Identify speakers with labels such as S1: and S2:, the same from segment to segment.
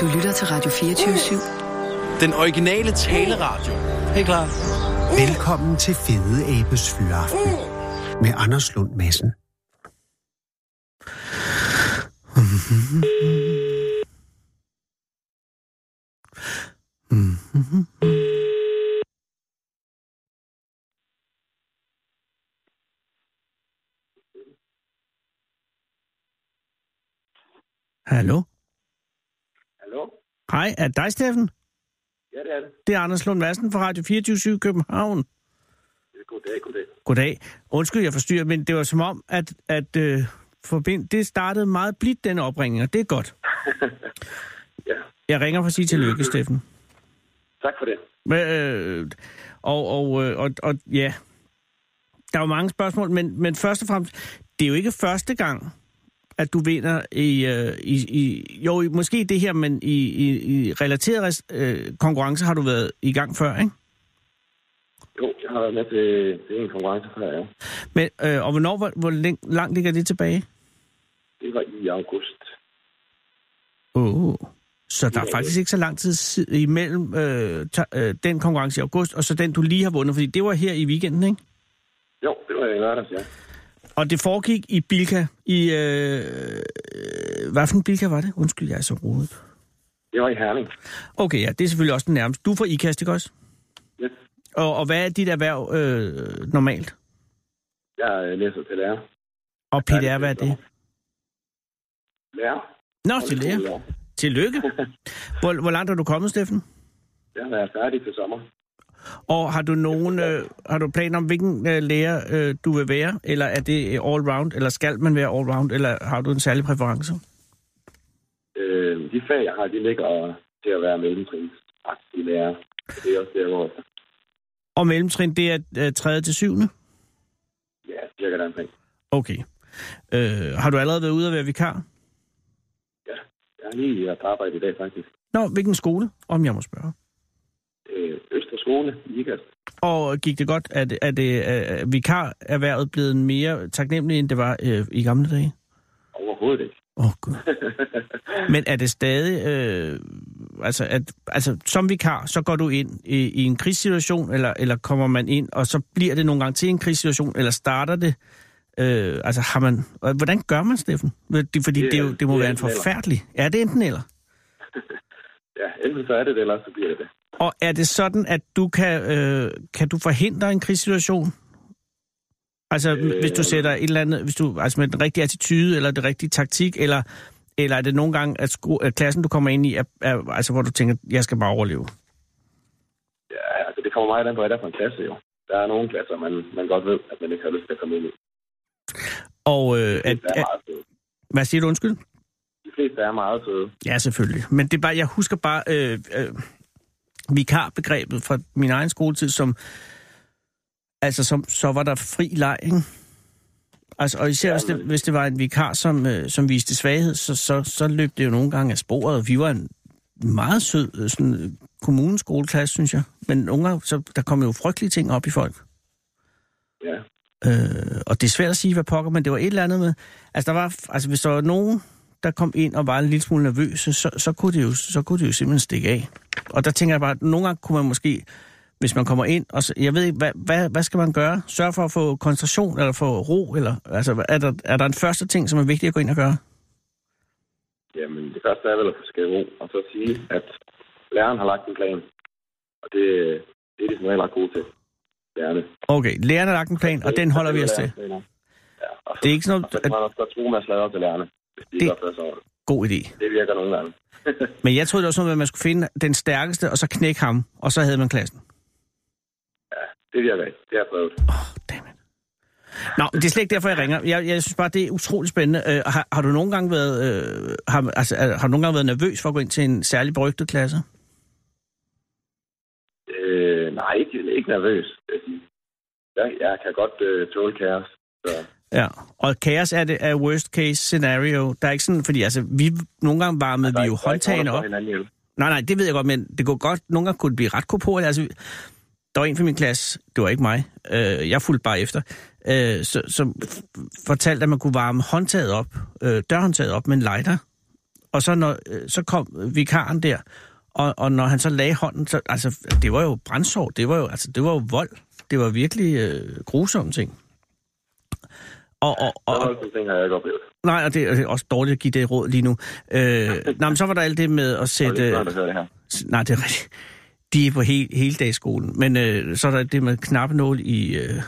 S1: Du lytter til Radio 24
S2: Den originale taleradio. Helt klart.
S3: Velkommen til Fede Abes Fyraften med Anders Lund Madsen.
S4: Hallo?
S5: Hallo?
S4: Hej, er det dig, Steffen?
S5: Ja, det er det.
S4: Det er Anders Lund Madsen fra Radio 24 København.
S5: Goddag, goddag.
S4: Goddag. Undskyld, jeg forstyrrer, men det var som om, at, at øh, forbind... det startede meget blidt, den opringning, og det er godt.
S5: Ja.
S4: Jeg ringer for at sige tillykke, Steffen.
S5: Tak for det.
S4: Men, øh, og, og, øh, og, og ja, der er jo mange spørgsmål, men, men først og fremmest, det er jo ikke første gang, at du vinder i, øh, i, i jo, i- måske i det her, men i, i, i relateret res- øh, konkurrence har du været i gang før, ikke?
S5: Jo, jeg har været med til, til en konkurrence før, ja.
S4: Men, øh, og hvornår, hvor, hvor læng, langt ligger det tilbage?
S5: Det var i august.
S4: Oh. Så der er faktisk ikke så lang tid si- imellem øh, ta- øh, den konkurrence i august, og så den, du lige har vundet, fordi det var her i weekenden, ikke?
S5: Jo, det var i lørdags, ja.
S4: Og det foregik i Bilka, i... Øh, øh, hvad for en Bilka var det? Undskyld, jeg er så rodet.
S5: Det var i Herning.
S4: Okay, ja, det er selvfølgelig også den nærmeste. Du får IKAST, ikke også?
S5: Yes.
S4: Og, og hvad er dit erhverv øh, normalt?
S5: Jeg øh, læser til lærer.
S4: Og
S5: Ja,
S4: PDR,
S5: det
S4: hvad er det?
S5: Lærer?
S4: Nå, tillykke. Tillykke. Hvor, hvor langt er du kommet, Steffen?
S5: Jeg har været færdig til sommer.
S4: Og har du nogen, øh, har du planer om, hvilken øh, lærer øh, du vil være? Eller er det øh, all-round? Eller skal man være all-round? Eller har du en særlig præference?
S5: Øh, de fag, jeg har, de ligger til at være mellemtrinsagtige lærer. Så Det er også der, hvor...
S4: Og mellemtrin, det er øh, 3. til 7.
S5: Ja, cirka der omkring.
S4: Okay. Øh, har du allerede været ude og være vikar?
S5: Jeg er lige på arbejde i dag, faktisk.
S4: Nå, hvilken skole, om jeg må spørge.
S5: Øh, Øster Skole, i Ikast.
S4: Og gik det godt? Er, det, er, det, er vikarerhvervet blevet mere taknemmelig, end det var øh, i gamle dage?
S5: Overhovedet ikke.
S4: Åh, oh, gud. Men er det stadig... Øh, altså, at, altså, som vikar, så går du ind i, i en krigssituation, eller, eller kommer man ind, og så bliver det nogle gange til en krigssituation, eller starter det... Øh, altså, har man... og Hvordan gør man, Steffen? Fordi fordi
S5: Det
S4: det,
S5: er-
S4: det, jo, det må
S5: det er
S4: være en
S5: enten eller.
S4: forfærdelig... Er det enten eller?
S5: Ja, enten så er det det, eller også så bliver det det.
S4: Og er det sådan, at du kan, øh, kan du forhindre en krigssituation? Altså, øh, hvis du sætter et eller andet, hvis du, altså med den rigtige attitude, eller den rigtige taktik, eller, eller er det nogle gange, at, sko- at klassen, du kommer ind i, er, er, altså, hvor du tænker, jeg skal bare overleve?
S5: Ja, altså det kommer meget an på, hvad det er for en klasse jo. Der er nogle klasser, man, man godt ved, at man ikke har lyst til at komme ind i.
S4: Og øh, at,
S5: Der er
S4: at,
S5: meget søde.
S4: hvad siger du, undskyld?
S5: De fleste er meget søde.
S4: Ja, selvfølgelig. Men det er bare, jeg husker bare øh, øh, vikarbegrebet fra min egen skoletid, som, altså, som, så var der fri leg, ikke? Altså, og især ja, hvis, det,
S5: men-
S4: hvis det var en vikar, som, øh, som viste svaghed, så, så, så løb det jo nogle gange af sporet, og vi var en meget sød øh, sådan, øh, kommuneskoleklasse, synes jeg. Men nogle gange, så, der kom jo frygtelige ting op i folk.
S5: Ja.
S4: Øh, og det er svært at sige, hvad pokker, men det var et eller andet med... Altså, der var, altså hvis der var nogen, der kom ind og var en lille smule nervøse, så, så, kunne, det jo, så kunne det jo simpelthen stikke af. Og der tænker jeg bare, at nogle gange kunne man måske, hvis man kommer ind, og så, jeg ved ikke, hvad, hvad, hvad skal man gøre? Sørge for at få koncentration, eller få ro, eller... Altså, hvad- er der, er der en første ting, som er vigtig at gå ind og gøre?
S5: Jamen, det første er vel at få skæve ro, og så sige, at læreren har lagt en plan. Og det, det er de som regel ret gode til. Lærerne.
S4: Okay, lærerne har lagt en plan, og den holder vi os til.
S5: Ja, og så,
S4: Det er ikke sådan
S5: og så
S4: noget...
S5: kan
S4: At,
S5: man også godt tro, at man slader op til lærerne, hvis de
S4: Det-
S5: ikke opfører sig ordentligt.
S4: god idé.
S5: Det virker nogle gange.
S4: Men jeg troede, det var sådan noget, med, at man skulle finde den stærkeste, og så knække ham, og så havde man klassen.
S5: Det virker ikke. Det har jeg prøvet.
S4: Dammit. Nå, det er slet ikke derfor, jeg ringer. Jeg, jeg synes bare, det er utrolig spændende. Øh, har, har, du nogle gange været, øh, har, altså, er- har du nogle gange været nervøs for at gå ind til en særlig berygtet klasse?
S5: Øh, nej, ikke, ikke nervøs. vil jeg sige. Jeg, jeg kan godt øh, tåle kaos. Så
S4: Ja. Og kaos er det er worst case scenario. Der er ikke sådan, fordi altså, vi, nogle gange varmede
S5: der
S4: vi
S5: er
S4: jo
S5: ikke- der er
S4: håndtagene
S5: ikke nogen, der slår
S4: op.
S5: hinanden ihjel.
S4: Nej, nej, det ved jeg godt, men det kunne godt, nogle gange kunne det blive ret koporligt. Altså, der var en fra min klasse, det var ikke mig, øh, jeg fulgte bare efter, øh, så, som f- fortalte, at man kunne varme håndtaget op, øh, dørhåndtaget op med en lighter. Og så, når, øh, så kom vikaren der, og, og når han så lagde hånden, så, altså, det var jo brændsår, det var jo, altså, det var jo vold. Det var virkelig øh, grusomme ting. Og, og,
S5: Så
S4: og,
S5: holdt nogle ting, har jeg ikke oplevet.
S4: nej, og det, og det er også dårligt at give det råd lige nu. Øh, nej, men så var der alt det med at
S5: Og det
S4: sætte...
S5: er børn, der hører det her.
S4: Nej, det er rigtigt. De er på he- hele dagsskolen. Men øh, så er der det med knapnål i, øh,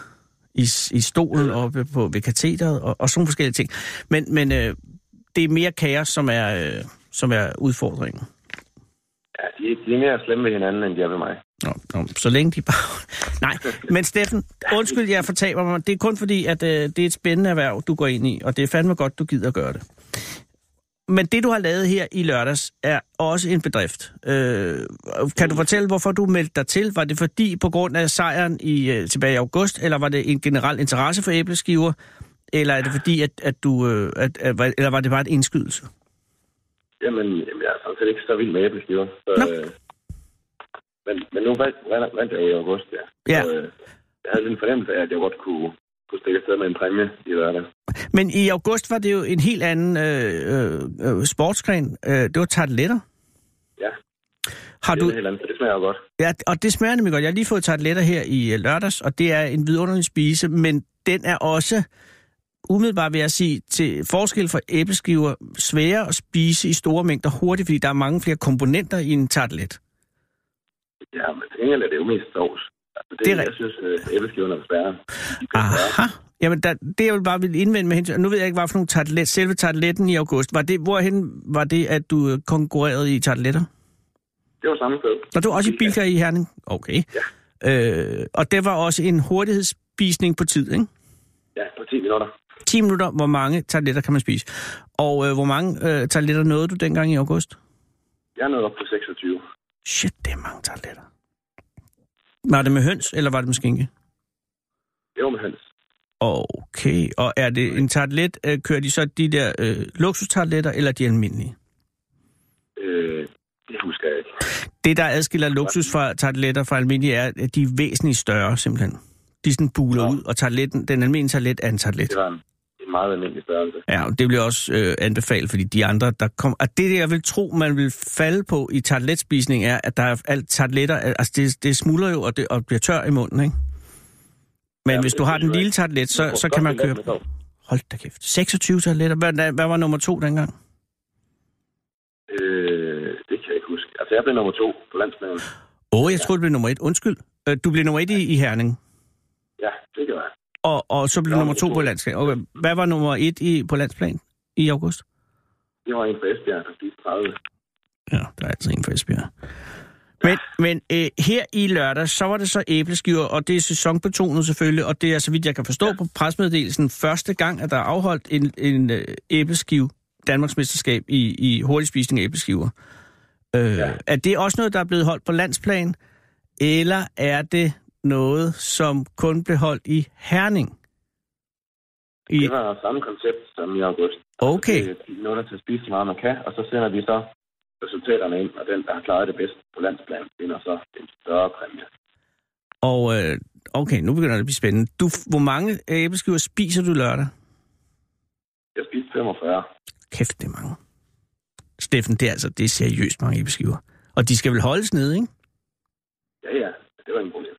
S4: i, s- i stolen oppe på, ved katheteret og, og sådan nogle forskellige ting. Men, men øh, det er mere kaos, som er, øh, som er udfordringen.
S5: Ja, de, de er mere slemme ved hinanden, end de er ved mig.
S4: Nå, nå, så længe de bare... Nej, men Steffen, undskyld, jeg fortaber mig. Det er kun fordi, at øh, det er et spændende erhverv, du går ind i, og det er fandme godt, du gider at gøre det. Men det, du har lavet her i lørdags, er også en bedrift. Øh, kan du fortælle, hvorfor du meldte dig til? Var det fordi, på grund af sejren i, øh, tilbage i august, eller var det en generel interesse for æbleskiver? Eller er det fordi, at, at du... Øh, at, at, eller var det bare et indskydelse?
S5: Jamen, jamen jeg er sådan set ikke så vild med æbleskiver. Så,
S4: Nå.
S5: øh, men, men nu vandt, vandt, vandt jeg jo i august, ja.
S4: Ja.
S5: Så, øh, jeg havde lidt en fornemmelse af, at jeg godt kunne, kunne stikke afsted med en præmie i lørdag.
S4: Men i august var det jo en helt anden øh, øh, øh, sportsgren. Øh, det var tarteletter.
S5: Ja,
S4: Har
S5: det
S4: du,
S5: er noget helt andet, så det smager jo godt.
S4: ja, og det smager nemlig godt. Jeg har lige fået tarteletter her i øh, lørdags, og det er en vidunderlig spise, men den er også, umiddelbart vil jeg sige, til forskel fra æbleskiver, sværere at spise i store mængder hurtigt, fordi der er mange flere komponenter i en tartelet.
S5: Ja, men til gengæld er det jo mest sovs. Altså, det,
S4: Det
S5: det
S4: er
S5: er jeg
S4: rigtigt.
S5: synes, øh, æbleskiverne er sværere.
S4: Aha. Jamen, der, det jeg vil bare ville indvende med hensyn, og nu ved jeg ikke, hvad for nogle tartelet, selve tarteletten i august, var det, hvorhen var det, at du øh, konkurrerede i tarteletter?
S5: Det var samme sted.
S4: Når du også i Bilka i Herning? Okay. Øh, og det var også en hurtighedsspisning på tid, ikke?
S5: Ja, på 10 minutter.
S4: 10 minutter, hvor mange tabletter kan man spise? Og øh, hvor mange øh, tabletter nåede du dengang i august?
S5: Jeg er nået op på 26.
S4: Shit, det er mange tabletter. Var det med høns, eller var det med skinke?
S5: Det var med høns.
S4: Okay, og er det en tablet, øh, kører de så de der øh, luksustabletter, eller de almindelige?
S5: Øh, det husker jeg ikke.
S4: Det, der adskiller luksus fra tabletter fra almindelige, er, at de er væsentligt større, simpelthen. De sådan buler ud, og tartletten, den almindelige tablet er en tablet.
S5: Det var en, en meget almindelig størrelse.
S4: Ja, og det vil jeg også øh, anbefale, fordi de andre, der kommer... Og det, jeg vil tro, man vil falde på i tartletspisning, er, at der er alt tartletter... Altså, det, det smuldrer jo, og, det, og bliver tør i munden, ikke? Men
S5: Ja,
S4: hvis
S5: det
S4: du har
S5: synes
S4: den
S5: jeg
S4: lille
S5: ikke.
S4: tartlet, så, så kan man køre...
S5: Med sovs.
S4: Hold da kæft. 26 tartletter. Hvad, hvad var nummer to dengang?
S5: Øh, det kan jeg ikke huske. Altså, jeg blev nummer to på landsmænden.
S4: Åh, oh, jeg troede, det blev nummer et. Undskyld. Øh, Du blev nummer et i, i Herning,
S5: Ja, det gør jeg.
S4: og, og så blev
S5: Jeg
S4: du
S5: var
S4: nummer to
S5: nummer
S4: på
S5: to.
S4: landsplan. Okay. Hvad var nummer et i, på landsplan i august?
S5: Det var en fra Esbjerg, der spiste 30.
S4: Ja, der er altid en for Esbjerg. Men, men øh, her i lørdag, så var det så æbleskiver, og det er sæsonbetonet selvfølgelig, og det er, så vidt jeg kan forstå ja. på presmeddelelsen, første gang, at der er afholdt en, en øh, æbleskive, Danmarksmesterskab i, i hurtigspisning af æbleskiver. Øh, ja.
S5: Ja.
S4: Er det også noget, der er blevet holdt på landsplan, eller er det noget, som kun blev holdt i Herning? I,
S5: Det var samme koncept som i august. Altså,
S4: okay.
S5: Det er 10 minutter til at spise så meget, man kan, og så sender vi så resultaterne ind, og den, der har klaret det bedst på landsplan, vinder så en større præmie.
S4: Og øh, okay, nu begynder det at blive spændende. Du, hvor mange æbleskiver spiser du lørdag?
S5: Jeg spiste 45.
S4: Kæft, det er mange. Steffen, det er altså det er seriøst mange æbleskiver. Og de skal vel holdes nede, ikke?
S5: Ja, ja, det var en problem.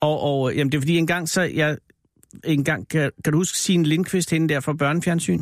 S4: Og, og øh, jamen, det er fordi, en gang så jeg... En gang, kan, kan du huske Signe Lindqvist, hende der fra Børnefjernsyn?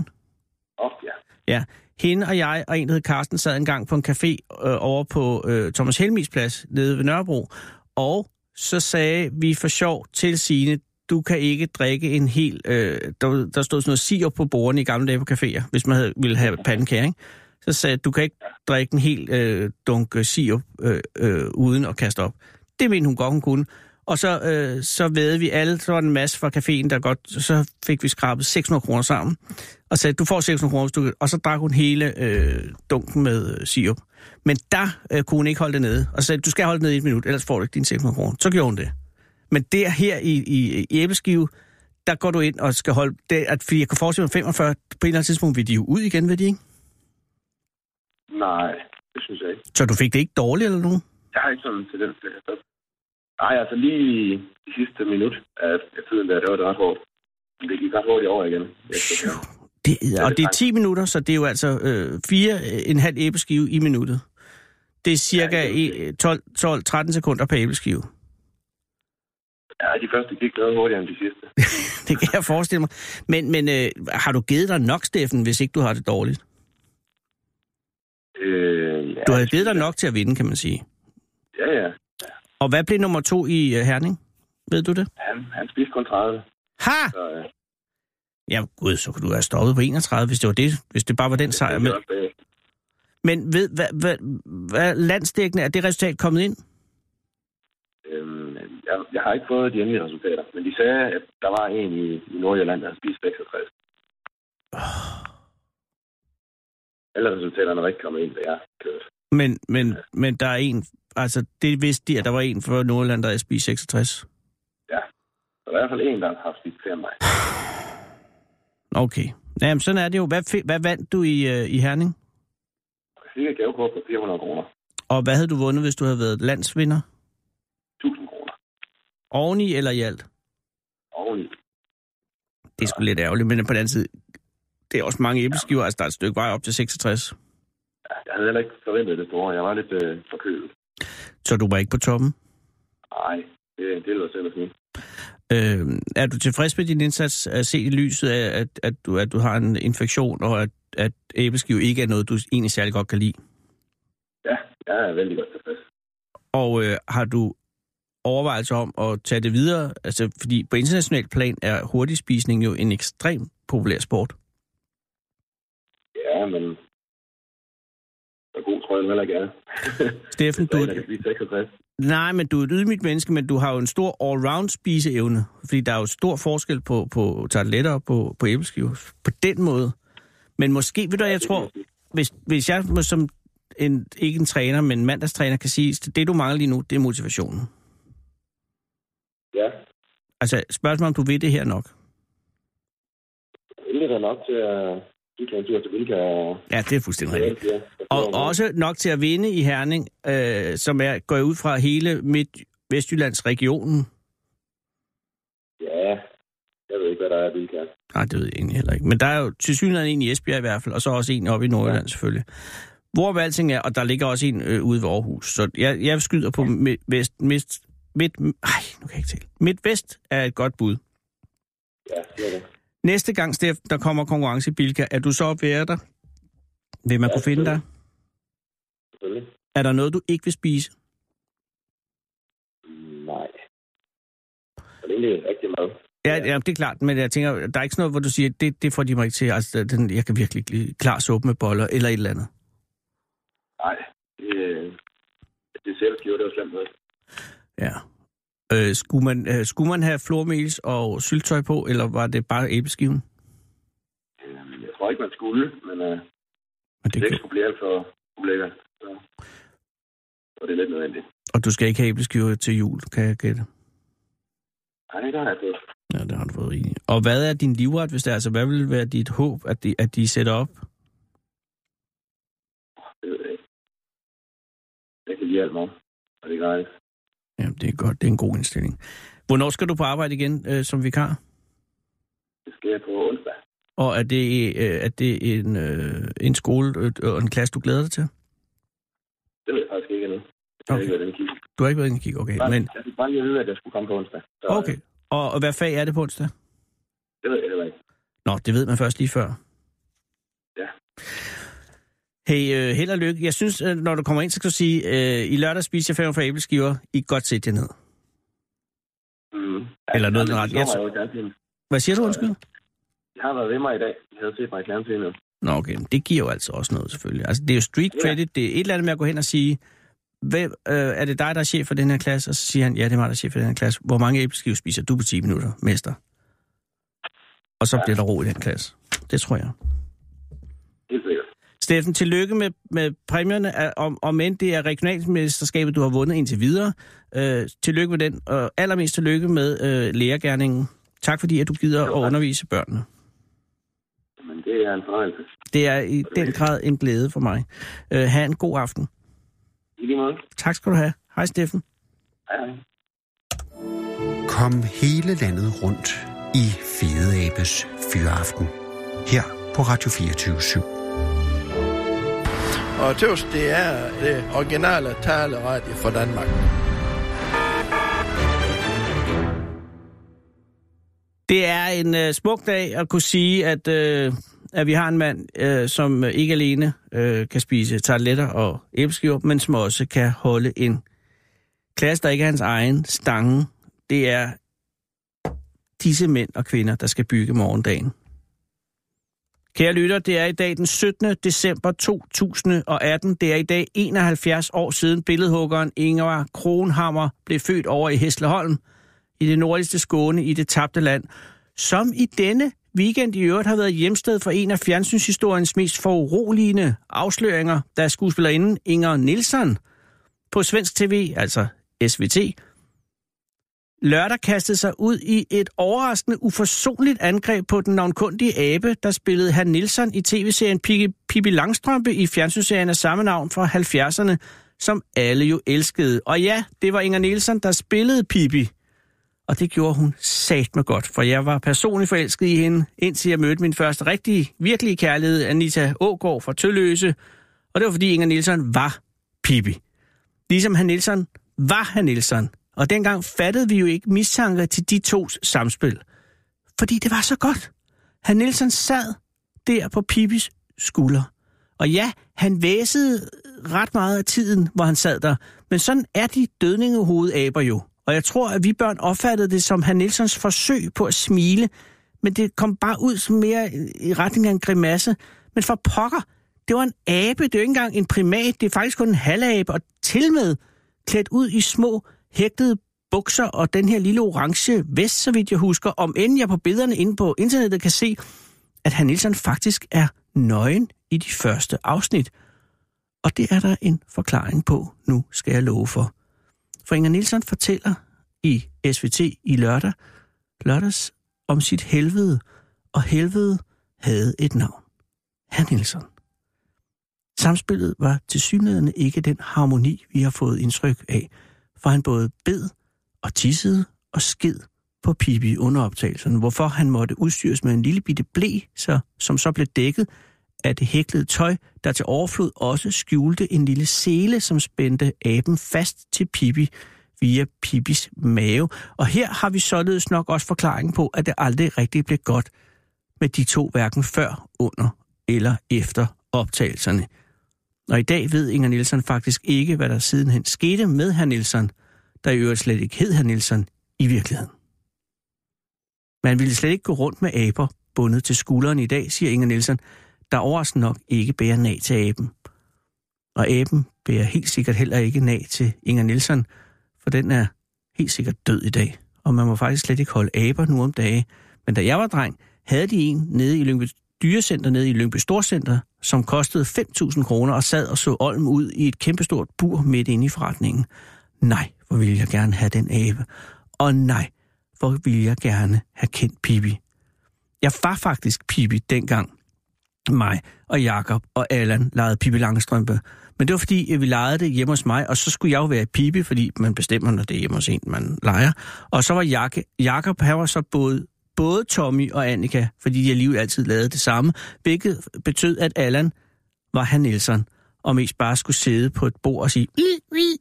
S5: Ofte, ja.
S4: Ja. Hende og jeg og en, der hed Carsten, sad en gang på en café øh, over på øh, Thomas Helmis plads nede ved Nørrebro. Og så sagde vi for sjov til Signe, du kan ikke drikke en hel... Øh, der, der stod sådan noget sirup på bordene i gamle dage på caféer, hvis man havde, ville have pandekager, ikke? Så sagde jeg, du kan ikke drikke en hel øh, dunk øh, sirup øh, øh, uden at kaste op. Det mente hun godt, hun kunne. Og så, øh, så ved vi alle, så var der en masse fra caféen, der godt... Så fik vi skrabet 600 kroner sammen, og sagde, du får 600 kroner, hvis du kan- Og så drak hun hele øh, dunken med øh, sirup. Men der øh, kunne hun ikke holde det nede. Og så sagde, du skal holde det nede i et minut, ellers får du ikke dine 600 kroner. Så gjorde hun det. Men der her i, i, i æbleskive, der går du ind og skal holde... Det, at, fordi jeg kan forestille mig 45, på et eller andet tidspunkt vil de jo ud igen, vil de ikke?
S5: Nej, det synes jeg ikke.
S4: Så du fik det ikke dårligt eller nogen?
S5: Jeg har ikke sådan til den til at Nej, altså lige i sidste minut af af tiden der, det var det ret hårdt. Men det gik ret hurtigt over igen. efter det.
S4: Det, er,
S5: er
S4: og det er
S5: langt.
S4: 10 minutter, så det er jo altså øh, fire, øh, en halv æbleskive i minuttet. Det er cirka ja, 12-13 sekunder per æbleskive.
S5: Ja, de første gik noget hurtigere end de sidste.
S4: Det kan jeg forestille mig. Men, men øh, har du givet dig nok, Steffen, hvis ikke du har det dårligt?
S5: Øh, ja,
S4: Du har jo givet dig nok til at vinde, kan man sige.
S5: Ja, ja.
S4: Og hvad blev nummer to i øh, Herning? Ved du det?
S5: Han, han spiste kun 30.
S4: Ha!
S5: Så, øh,
S4: Ja, gud, så kunne du have stoppet på 31, hvis det, var det, hvis det bare var den sejr.
S5: det
S4: Ah, Men,
S5: er også, øh,
S4: men ved, hvad, hvad, hvad landsdækkende er det resultat kommet ind?
S5: Øhm, jeg, jeg har ikke fået de endelige resultater, men de sagde, at der var en i, i Nordjylland, der havde spist 66.
S4: Ah.
S5: Alle resultaterne er ikke kommet ind, da jeg kørte.
S4: Men, men, men der er en... Altså, det vidste de, at der var en fra Nordjylland, der havde spist 66.
S5: Ja. Så der er i hvert fald en, der har spist flere end mig.
S4: Okay. Jamen, sådan er det jo. Hvad, fe- hvad vandt du i, øh, i Herning?
S5: Jeg fik et gavekort på 400 kroner.
S4: Og hvad havde du vundet, hvis du havde været landsvinder?
S5: 1000 kroner.
S4: Oveni eller i alt?
S5: Oveni.
S4: Det er sgu lidt ærgerligt, men på den anden side, det er også mange æbleskiver, altså der er et stykke vej op til 66.
S5: Ja, jeg havde heller ikke forventet det store. Jeg var lidt øh, forkølet.
S4: Så du var ikke på toppen.
S5: Nej, det, det lød selv at sige.
S4: Øh, er du tilfreds med din indsats at se i lyset af, at, at, du, at du har en infektion, og at, at æbleskive ikke er noget, du egentlig særlig godt kan lide?
S5: Ja, jeg er vældig godt tilfreds.
S4: Og øh, har du overvejelser om at tage det videre? Altså, fordi på international plan er hurtigspisning jo en ekstremt populær sport.
S5: Ja, men... Så god tror jeg nu heller ikke jeg er.
S4: Steffen,
S5: Så
S4: du,
S5: en, der kan spise 66.
S4: nej, men du er et ydmygt menneske, men du har jo en stor all-round spiseevne. Fordi der er jo stor forskel på, på tartletter og på, på æbleskiver. På den måde. Men måske, ved du, hvad, jeg tror, hvis, hvis jeg må som en, ikke en træner, men en mandagstræner kan sige, det du mangler lige nu, det er motivationen.
S5: Ja,
S4: Altså, spørgsmålet om du ved det her nok.
S5: Endelig der nok til at cykle en tur til Bilka og...
S4: Ja, det er fuldstændig rigtigt.
S5: Ja, ja.
S4: Og også nok til at vinde i Herning, øh, som er, går jeg ud fra hele Midt Vestjyllands regionen.
S5: Ja, jeg ved ikke, hvad der er i Bilka.
S4: Nej, det ved jeg egentlig heller ikke. Men der er jo til synligheden en i Esbjerg i hvert fald, og så også en oppe i Nordjylland selvfølgelig. Hvor alting er, og der ligger også en øh, ude ved Aarhus. Så jeg, jeg skyder på midt, vest, midt, midt, ej, nu kan jeg ikke tale. Midt-Vest er et godt bud.
S5: Ja, det er det.
S4: Næste gang, Steff, der kommer konkurrence i Bilka, er du så oppe ved dig? Vil man
S5: Ja,
S4: kunne finde dig?
S5: Selvfølgelig.
S4: Er der noget, du ikke vil spise?
S5: Mm, Nej. Så det er egentlig rigtig mad.
S4: Ja, ja, det er klart, men jeg tænker, der er ikke sådan noget, hvor du siger, det, det får de mig ikke til. Altså, den, jeg kan virkelig ikke lide klar suppe med boller eller et eller andet.
S5: Nej, det, øh, det selv gjorde det jo slemt med.
S4: Ja. Øh, skulle, man, øh, skulle man have flormelis og syltøj på, eller var det bare æbleskiven?
S5: Øhm, Jeg tror ikke, man skulle, men øh,
S4: Men
S5: det
S4: det
S5: ikke
S4: gjorde.
S5: skulle blive alt for ulækkert. Så, så det er lidt nødvendigt.
S4: Og du skal ikke have æbleskiver til jul, kan jeg gætte.
S5: Nej, det har jeg fået.
S4: Ja, det har du fået i. Og hvad er din livret, hvis det er? Altså, hvad vil være dit håb, at de, at de sætter op?
S5: Det ved jeg ikke. Jeg kan lide alt mad, og det er gratis.
S4: Jamen, det er godt. Det er en god indstilling. Hvornår skal du på arbejde igen øh, som vikar?
S5: Det sker på onsdag.
S4: Og er det, øh, er det en, øh, en skole øh, og en klasse, du glæder dig til?
S5: Det ved jeg faktisk ikke endnu. Jeg
S4: Okay.
S5: ved ikke, hvad den kigger.
S4: Du har ikke været inde og kigge, okay.
S5: Bare,
S4: Men,
S5: Jeg fik bare lige at vide, at jeg skulle komme på onsdag. Så, øh,
S4: okay. Og, og hvad fag er det på onsdag?
S5: Det ved jeg heller ikke.
S4: Nå, det ved man først lige før.
S5: Ja.
S4: Hey, øh, held og lykke. Jeg synes, øh, når du kommer ind, så skal du sige, øh, i lørdag spiser jeg 45 æbleskiver. I kan godt sætte jer ned.
S5: Mm.
S4: Eller noget i den
S5: Jeg,
S4: retning. Jeg
S5: jeg,
S4: tror-
S5: jeg, jeg,
S4: Hvad siger du, undskyld?
S5: jeg har været ved mig i dag. Jeg havde set mig i fjernsynet.
S4: Nå, okay. Men Det giver jo altså også noget, selvfølgelig. Altså, det er jo street
S5: Ja.
S4: credit. Det er et eller andet med at gå hen og sige, Hvem, øh, er det dig, der er chef for den her klasse? Og så siger han, ja, det er mig, der er chef for den her klasse. Hvor mange æbleskiver spiser du på 10 minutter, mester? Og så bliver der ro i den klasse. Det tror jeg.
S5: Helt sikkert.
S4: Steffen, tillykke med, med præmierne, Er- om, om end det er regionalmesterskabet, du har vundet indtil videre. Øh, tillykke med den, og allermest tillykke med øh, lærergærningen. Tak fordi, at du gider at undervise børnene.
S5: Men det er en fornøjelse.
S4: Det er i den grad en glæde for mig. Øh, ha' en god aften.
S5: I lige måde.
S4: Tak skal du have. Hej Steffen.
S5: Hej, hej.
S3: Kom hele landet rundt i Fede Abes Fyraften. Her på Radio 24 /7.
S6: Og tøvs, det er det originale taleradio for Danmark.
S4: Det er en øh, smuk dag at kunne sige, at, øh, at vi har en mand, øh, som øh, ikke alene øh, kan spise tarteletter og æbleskiver, men som også kan holde en klasse, der ikke er hans egen stange. Det er disse mænd og kvinder, der skal bygge morgendagen. Kære lytter, det er i dag den 17. december 2018. Det er i dag 71 år siden billedhuggeren Ingvar Kronhammer blev født over i Hesleholm i det nordligste Skåne i det tabte land, som i denne weekend i øvrigt har været hjemsted for en af fjernsynshistoriens mest foruroligende afsløringer, da skuespillerinden Inger Nielsen på svensk tv, altså SVT, lørdag kastede sig ud i et overraskende uforsonligt angreb på den navnkundige abe, der spillede Han Nielsen i tv-serien Pippi- Pippi Langstrømpe i fjernsynsserien af samme navn fra 70'erne, som alle jo elskede. Og ja, det var Inger Nielsen, der spillede Pippi. Og det gjorde hun satme godt, for jeg var personligt forelsket i hende, indtil jeg mødte min første rigtige, virkelige kærlighed, Anita Ågaard fra Tølløse. Og det var, fordi Inger Nielsen var Pippi. Ligesom han Nielsen var han Nielsen. Og dengang fattede vi jo ikke mistanke til de tos samspil. Fordi det var så godt. Han Nielsen sad der på Pippis skulder. Og ja, han væsede ret meget af tiden, hvor han sad der. Men sådan er de dødningehovedaber jo. Og jeg tror, at vi børn opfattede det som Han Nielsens forsøg på at smile. Men det kom bare ud som mere i retning af en grimasse. Men for pokker, det var en abe, det er jo ikke engang en primat, det er faktisk kun en halvabe, og til med klædt ud i små hægtede bukser og den her lille orange vest, så vidt jeg husker, om end jeg på billederne inde på internettet kan se, at han Nielsen faktisk er nøgen i de første afsnit. Og det er der en forklaring på, nu skal jeg love for. For Inger Nielsen fortæller i SVT i lørdag, lørdags om sit helvede, og helvede havde et navn. Han Nielsen. Samspillet var til synligheden ikke den harmoni, vi har fået indtryk af, for han både bed og tissede og sked på Pippi under optagelsen, hvorfor han måtte udstyres med en lille bitte blæ, så, som så blev dækket af det hæklede tøj, der til overflod også skjulte en lille sele, som spændte aben fast til Pippi via Pippis mave. Og her har vi således nok også forklaringen på, at det aldrig rigtig blev godt med de to hverken før, under eller efter optagelserne. Og i dag ved Inger Nielsen faktisk ikke, hvad der sidenhen skete med herr Nielsen, der i øvrigt slet ikke hed herr Nielsen i virkeligheden. Man ville slet ikke gå rundt med aber bundet til skulderen i dag, siger Inger Nielsen, der overraskende nok ikke bærer nag til aben. Og aben bærer helt sikkert heller ikke nag til Inger Nielsen, for den er helt sikkert død i dag. Og man må faktisk slet ikke holde aber nu om dage. Men da jeg var dreng, havde de en nede i Lyngby Dyrecenter, nede i Lyngby Storcenter, som kostede 5.000 kroner og sad og så olm ud i et kæmpestort bur midt inde i forretningen. Nej, hvor ville jeg gerne have den abe. Og nej, hvor ville jeg gerne have kendt Pippi. Jeg var faktisk Pippi dengang mig og Jakob og Allan legede Pippi Langstrømpe. Men det var fordi, at vi legede det hjemme hos mig, og så skulle jeg jo være Pippi, fordi man bestemmer, når det er hjemme hos en, man leger. Og så var Jak Jakob, han var så både, både Tommy og Annika, fordi de alligevel altid lavede det samme, hvilket betød, at Allan var han Nielsen, og mest bare skulle sidde på et bord og sige, "Ui, ui."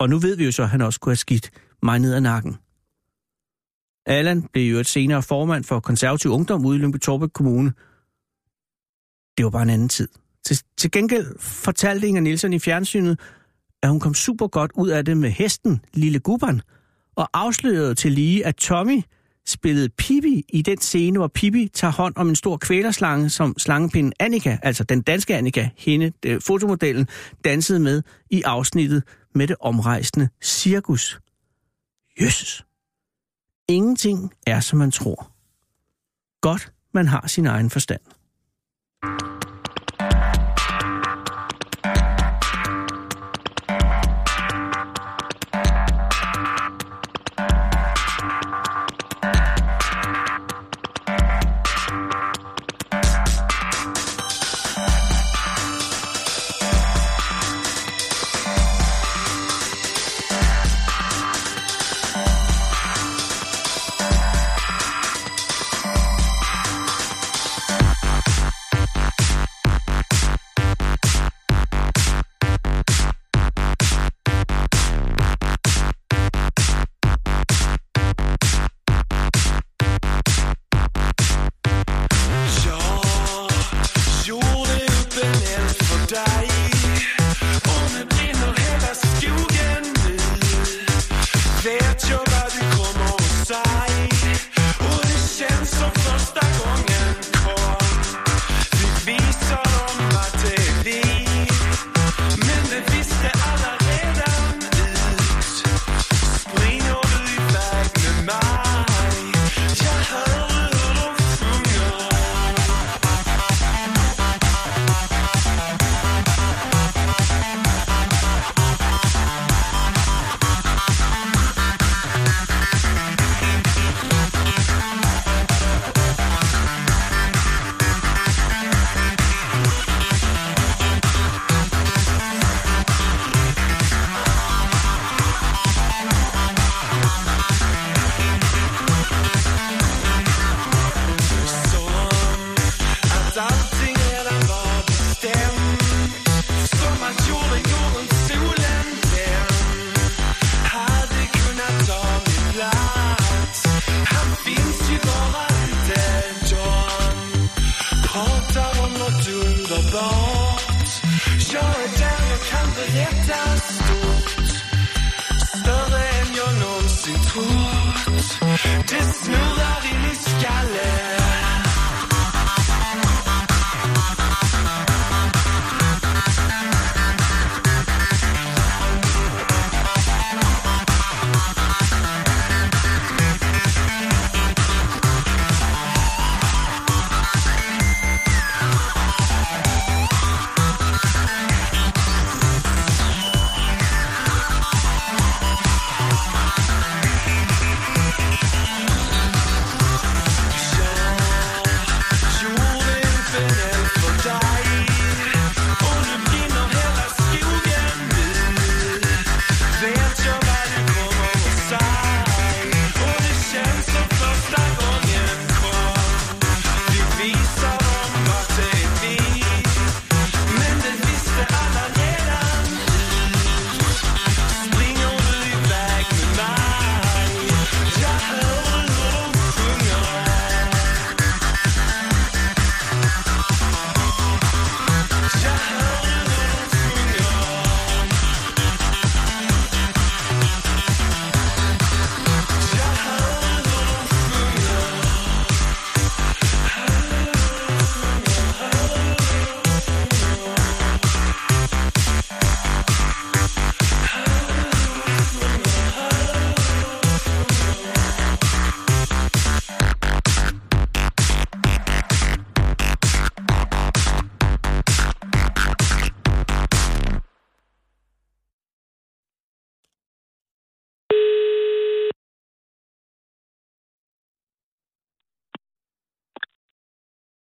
S4: og nu ved vi jo så, at han også kunne have skidt mig ned ad nakken. Allan blev jo et senere formand for konservativ ungdom ude i Lyngby Torbæk Kommune. Det var bare en anden tid. Til, til gengæld fortalte Inger Nielsen i fjernsynet, at hun kom super godt ud af det med hesten, Lille Gubban, og afslørede til lige, at Tommy spillede Pippi i den scene, hvor Pippi tager hånd om en stor kvælerslange, som slangepinden Annika, altså den danske Annika, hende, øh, fotomodellen, dansede med i afsnittet med det omrejsende cirkus. Jøsses! Ingenting er, som man tror. Godt, man har sin egen forstand.
S7: down og dyder bort Sjove dage kan berette os stort Større end jeg nogensinde troet Det snyder ind i skallen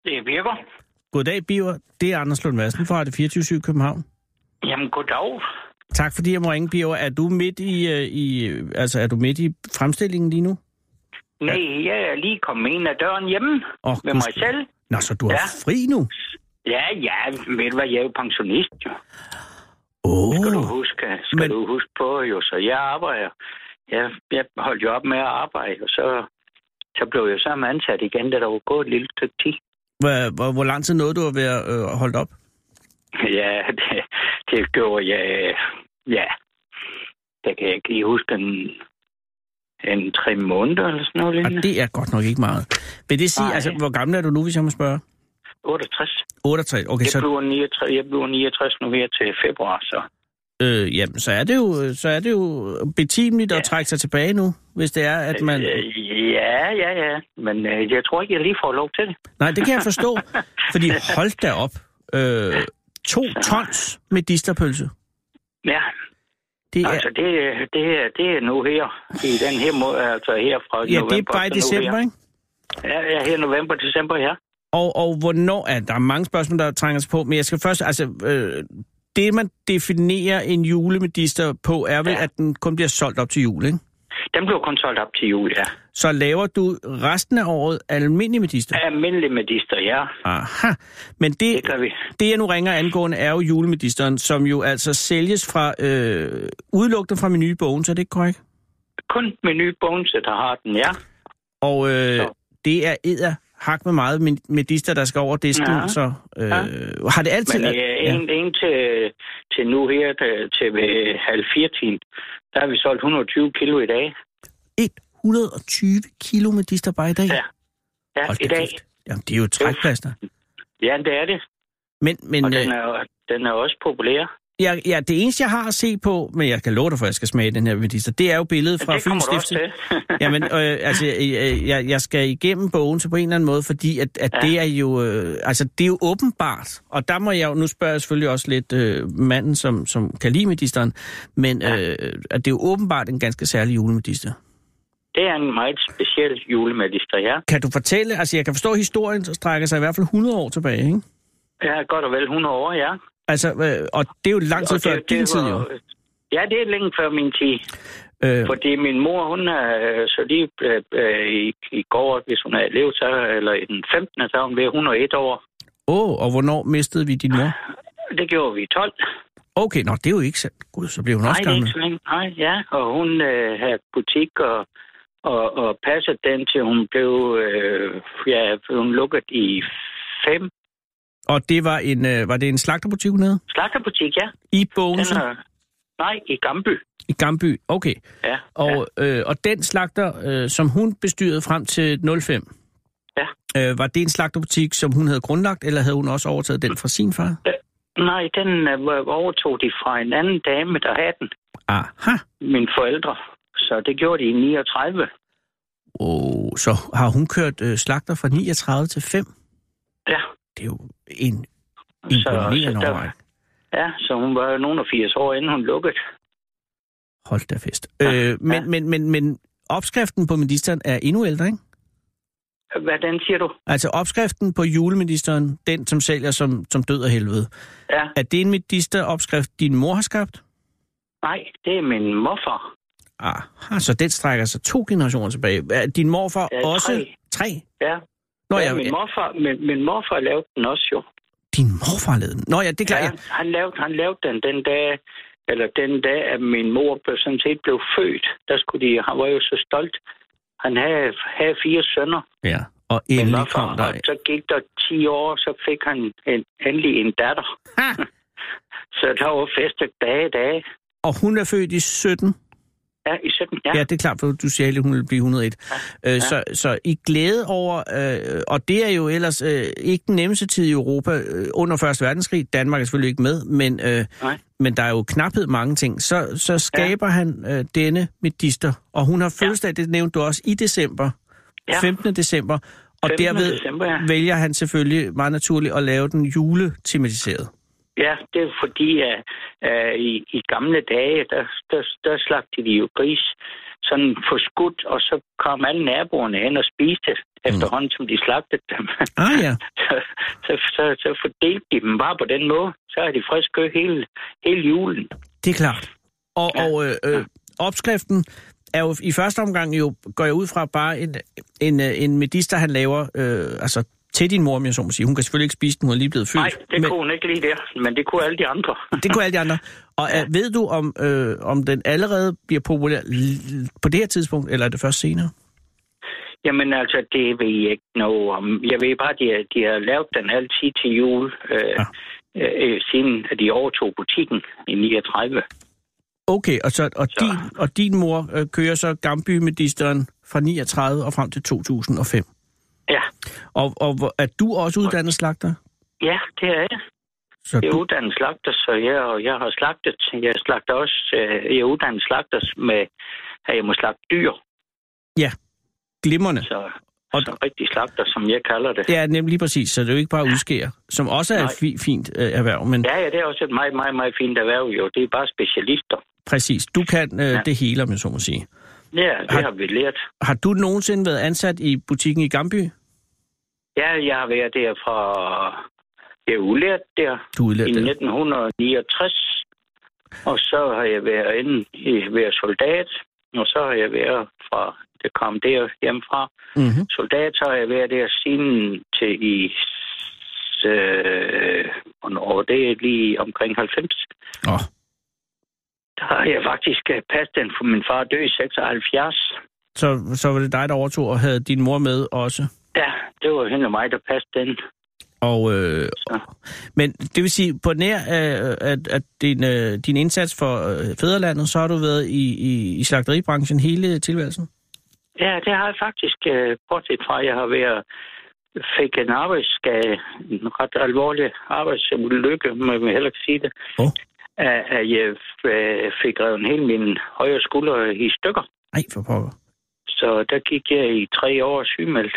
S8: Det virker.
S4: Goddag, Biver. Det er Anders Lund Madsen fra det 24 København.
S8: Jamen, goddag.
S4: Tak fordi jeg må ringe, Biver. Er du midt i, øh, i, øh, altså, er du midt i fremstillingen lige nu?
S8: Nej, jeg er lige kommet ind ad døren hjemme
S4: Åh,
S8: med mig
S4: gudskelov.
S8: selv.
S4: Nå, så du er
S8: Ja.
S4: fri nu?
S8: Ja, ja, ved du hvad, jeg er jo pensionist, jo.
S4: Åh,
S8: Skal du
S4: oh,
S8: huske, skal
S4: Men-
S8: Men... du huske på, jo, så jeg arbejder. Jeg, jeg holdt jo op med at arbejde, og så, så blev jeg så ansat igen, da der var gået et lille stykke tid.
S4: hvor, hvor, hvor lang tid nåede du at være øh, holdt op?
S8: Ja, det, det gjorde jeg, øh, ja, der kan jeg ikke lige huske en, en tre måneder eller sådan noget
S4: Og
S8: lignende.
S4: Ah, det er godt nok ikke meget. Vil det sige,
S8: Nej.
S4: altså, hvor gammel er du nu, hvis jeg må spørge?
S8: 68.
S4: 68. Okay,
S8: Jeg
S4: så,
S8: bliver, 69, jeg bliver 69 nu her til februar, så.
S4: øh, jamen, så er det jo, så er det jo betimeligt at trække sig tilbage nu, hvis det er, at man...
S8: Øh, Ja, ja, ja. Men øh, jeg tror ikke, jeg lige får lov til det.
S4: Nej, det kan jeg forstå, fordi hold da op. Øh, to tons med disterpølse.
S8: Ja,
S4: Det er,
S8: altså det, det, er- det er nu her. I den her måde, altså her fra
S4: ja,
S8: november.
S4: det er bare i
S8: til nu
S4: december,
S8: her.
S4: ikke?
S8: Ja, ja, her november, december, ja.
S4: Og, og hvornår er der er mange spørgsmål, der trænger sig på, men jeg skal først, altså, øh, det man definerer en julemedister på, er vel, ja.
S8: Ja.
S4: at den kun bliver solgt op til jul, ikke?
S8: Den blev kun solgt op til jul, ja.
S4: Så laver du resten af året almindelig medister?
S8: Almindelig medister, ja.
S4: Aha. Men det,
S8: Det gør vi.
S4: det, jeg nu ringer angående, er jo julemedisteren, som jo altså sælges fra, øh, udelukkende fra menubogen, så er det ikke korrekt?
S8: Kun menu bonse, der har den, ja.
S4: Og øh,
S8: Så.
S4: det er edder hak med meget med- medister, der skal over disken, ja.
S8: Ja.
S4: så øh,
S8: Ja.
S4: har det altid...
S8: Men øh,
S4: været-
S8: en, en til, til nu her, til, til ved halv fire tiden, der har vi solgt 120 kilo i dag.
S4: 120 kilo med dister bare i dag.
S8: Ja, Ja,
S4: Hold da
S8: i dag.
S4: kæft. Jamen, det er jo trækplaster.
S8: Ja, det er det.
S4: Men, men
S8: Og
S4: øh,
S8: den er, jo- den er også populær.
S4: jeg, ja, det eneste, jeg har at se på, men jeg kan love dig for, at jeg skal smage den her medister, det er jo billedet fra
S8: det kommer
S4: Fyns
S8: du også
S4: Stiftelse.
S8: til.
S4: Jamen, øh, altså, øh, jeg, jeg skal igennem bogen til på en eller anden måde, fordi at, at ja.
S8: Ja.
S4: det er jo, øh, altså, det er jo åbenbart. Og der må jeg jo, nu spørger jeg selvfølgelig også lidt øh, manden, som, som kan lide medisteren, men ja. øh, at det er jo åbenbart en ganske særlig julemedister.
S8: Det er en meget speciel julemedister, ja.
S4: Kan du fortælle, altså jeg kan forstå, at historien strækker sig i hvert fald 100 år tilbage, ikke?
S8: Ja, godt og vel 100 år, ja.
S4: Altså, øh, og det er jo lang tid
S8: Og
S4: før
S8: det-
S4: din
S8: det
S4: tid,
S8: var-
S4: jo.
S8: Ja, det er længe før min tid.
S4: Øh,
S8: Fordi min mor, hun er øh, så lige øh, øh, i, i går, hvis hun er elev, så, eller i den 15. så er hun ved 101 år.
S4: åh, og hvornår mistede vi din mor?
S8: Det gjorde vi i 12.
S4: Okay, nå, det er jo ikke sandt. Gud, så blev hun
S8: Nej,
S4: også
S8: det er ikke
S4: gammel.
S8: så længe. Nej, ja. Og hun øh, havde butik og, og, og passede den, til hun blev øh, ja, hun lukket i 5.
S4: Og det var en, øh, var det en slagterbutik nede?
S8: Slagterbutik, ja.
S4: I
S8: Den
S4: Bogense?
S8: er, nej, i Gamby.
S4: I Gamby? Okay.
S8: Ja, ja.
S4: Og, øh, og den slagter, øh, som hun bestyrede frem til 05,
S8: Ja.
S4: øh, var det en slagterbutik, som hun havde grundlagt, eller havde hun også overtaget den fra sin far?
S8: Nej, den øh, overtog de fra en anden dame, der havde den.
S4: Aha.
S8: Mine forældre. Så det gjorde de i 39.
S4: Oh, så har hun kørt øh, slagter fra 39 til 5?
S8: Ja.
S4: Det er jo en
S8: Så- så
S4: imponerende
S8: der-
S4: overrække.
S8: Ja, så hun var jo nogen af 80 år, inden hun lukkede.
S4: Hold da fest. Øh, men,
S8: ja.
S4: men, men, men opskriften på ministeren er endnu ældre, ikke?
S8: Hvordan siger du?
S4: Altså opskriften på juleministeren, den som sælger som, som død og helvede.
S8: Ja,
S4: Er det en medisteropskrift, din mor har skabt?
S8: nej, det er min morfar.
S4: Ah, så den strækker sig to generationer tilbage. Er din morfar
S8: Ja, tre.
S4: også tre?
S8: Ja,
S4: Nå
S8: ja
S4: ja,
S8: min,
S4: ja,
S8: morfar, min, min morfar lavede den også jo.
S4: din morfar lavede den. Nå ja, det er klart. Ja.
S8: Han, han, lavede, han lavede den den dag, eller den dag, at min mor blev, sådan set blev født. Der skulle de, han var jo så stolt. Han havde, havde fire sønner.
S4: ja. Og
S8: Men
S4: endelig
S8: hvorfor?
S4: kom der...
S8: Og så gik der 10 år, så fik han en, endelig en datter.
S4: Ha!
S8: Så der var festet dag i dag.
S4: Og hun er født i 17.
S8: Ja, i 17. Ja,
S4: Ja,
S8: ja.
S4: det er klart, for du siger, at hun vil blive 101. Ja. Øh, så, så I glæde over, øh, og det er jo ellers øh, ikke den nemmeste tid i Europa øh, under 1. verdenskrig. Danmark er selvfølgelig ikke med, men, øh,
S8: Nej.
S4: men der er jo knaphed mange ting. Så, så skaber ja. han øh, denne medister, og hun har fødselsdag, det nævnte du også, i december, ja.
S8: Ja.
S4: 15. december. Og
S8: 15.
S4: derved
S8: december, ja.
S4: vælger han selvfølgelig meget naturligt at lave den juletematiseret.
S8: ja det er fordi, at, at i, i gamle dage, der, der, der slagte de jo gris sådan forskudt, og så kom alle naboerne hen og spiste det,
S4: Mm.
S8: efterhånden, som de slagtede dem.
S4: Ah ja,
S8: så, så, så, så fordelte de dem bare på den måde. Så er de frisk kød hele, hele julen.
S4: Det er klart. Og, ja.
S8: Ja.
S4: og øh, øh, opskriften er jo i første omgang jo, går jeg ud fra, bare en, en, øh, en medister, han laver, øh, altså til din mor, om jeg så må sige. Hun kan selvfølgelig ikke spise den, hun er lige blevet født.
S8: Nej, det
S4: men,
S8: kunne hun ikke lige der, men det kunne alle de andre.
S4: det kunne alle de andre. Og ja. ved du, om, øh, om den allerede bliver populær l- på det her tidspunkt, eller er det først senere?
S8: Jamen altså, det ved jeg ikke noget om. Jeg ved bare, at de, har- de har lavet den altid til jul, øh,
S4: Ja.
S8: ja. øh, siden at de overtog butikken i 39.
S4: Okay, og, så, og,
S8: Så.
S4: Din, og din mor øh, kører så Gamby medisteren fra 39 og frem til 2005.
S8: Ja,
S4: Og, og hvor- er du også uddannet slagter?
S8: ja det er jeg.
S4: Så
S8: Jeg er
S4: du,
S8: uddannet slagter, så jeg, og jeg har slagtet. Jeg slagter også, øh, jeg er uddannet slagter med, at jeg må slagte dyr.
S4: glimrende.
S8: Så,
S4: Og-
S8: og så rigtig slagter, som jeg kalder det.
S4: Ja, nemlig lige præcis, så det er jo ikke bare udskærer, som også er et
S8: Nej.
S4: fi- fint øh, erhverv, men ja.
S8: Ja, ja, det er også et meget, meget, meget fint erhverv jo. Det er bare specialister.
S4: præcis, du kan øh, ja.
S8: Ja.
S4: det hele, om jeg så må sige.
S8: Ja, det
S4: Har-
S8: har vi lært.
S4: Har du nogensinde været ansat i butikken i Gamby?
S8: Ja, jeg har været der fra... Jeg er ulært der
S4: Du er
S8: i
S4: udlært det.
S8: 1969. Og så har jeg været inde i været soldat. Og så har jeg været fra... Det kom der hjemmefra.
S4: Mm-hmm.
S8: Soldat, så har jeg været der siden til i... s- Øh, og det er lige omkring 90.
S4: Oh,
S8: Der har jeg faktisk øh, passet den, for min far døde i 76.
S4: så, så var det dig, der overtog og havde din mor med også.
S8: Ja, det var hende og mig, der passede den.
S4: Og, øh,
S8: Så.
S4: men det vil sige, på nær øh, at, at din, øh, din indsats for øh, fædrelandet, så har du været i, i, i slagteribranchen hele tilværelsen?
S8: Ja, det har jeg faktisk, øh, bortset fra, at jeg har været, fik en arbejdsskade, en ret alvorlig arbejdsulykke, må jeg heller ikke sige det,
S4: Åh.
S8: at, at jeg øh, fik revet hele min højre skulder i stykker.
S4: Nej, for pokker.
S8: Så der gik jeg i tre år sygemeldt.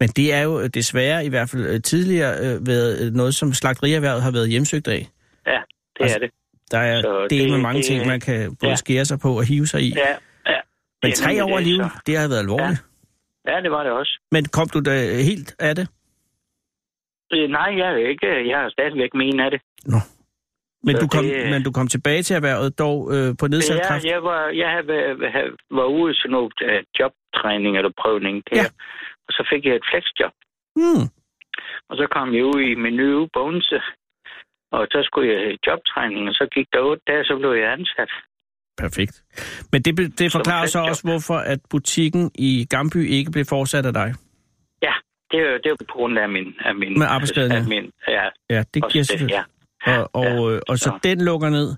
S4: Men det er jo desværre i hvert fald øh, tidligere øh, været øh, noget, som slagterierhvervet har været hjemsøgt af.
S8: Ja, det
S4: Altså,
S8: er det.
S4: Der er
S8: Så
S4: det, det med
S8: det-
S4: mange
S8: det-
S4: ting, man kan både ja.
S8: ja.
S4: skære sig på og hive sig i. Ja,
S8: Ja, ja.
S4: Men
S8: det er
S4: tre
S8: nemlig
S4: år
S8: det,
S4: livet,
S8: så.
S4: det har været alvorligt. Ja.
S8: Ja, det var det også.
S4: Men kom du da helt af det?
S8: Øh, Nej, jeg er ikke. Jeg har stadigvæk men af det.
S4: Men,
S8: Så
S4: du kom,
S8: det, øh,
S4: men du kom tilbage til erhvervet dog øh, på nedsat
S8: Ja,
S4: kraft?
S8: jeg var, jeg havde, været- havde- var ude til noget øh, jobtræning eller prøvning der.
S4: Ja.
S8: Ja. Og så fik jeg et flexjob.
S4: Hmm.
S8: Og så kom jeg ud i min nye bonse. Og så skulle jeg i jobtræning, og så gik der otte dage, så blev jeg ansat.
S4: Perfekt. Men det, be- det forklarer så
S8: fedt, jo.
S4: også, hvorfor at butikken i Gamby ikke blev fortsat af dig.
S8: Ja, det, er jo- det er jo på grund af min... Af min
S4: Med arbejdsskaden,
S8: af
S4: ja.
S8: min, ja,
S4: Ja, det
S8: også
S4: giver
S8: det,
S4: selvfølgelig.
S8: ja.
S4: Og, og,
S8: Ja,
S4: øh, og så,
S8: så-
S4: den lukker ned.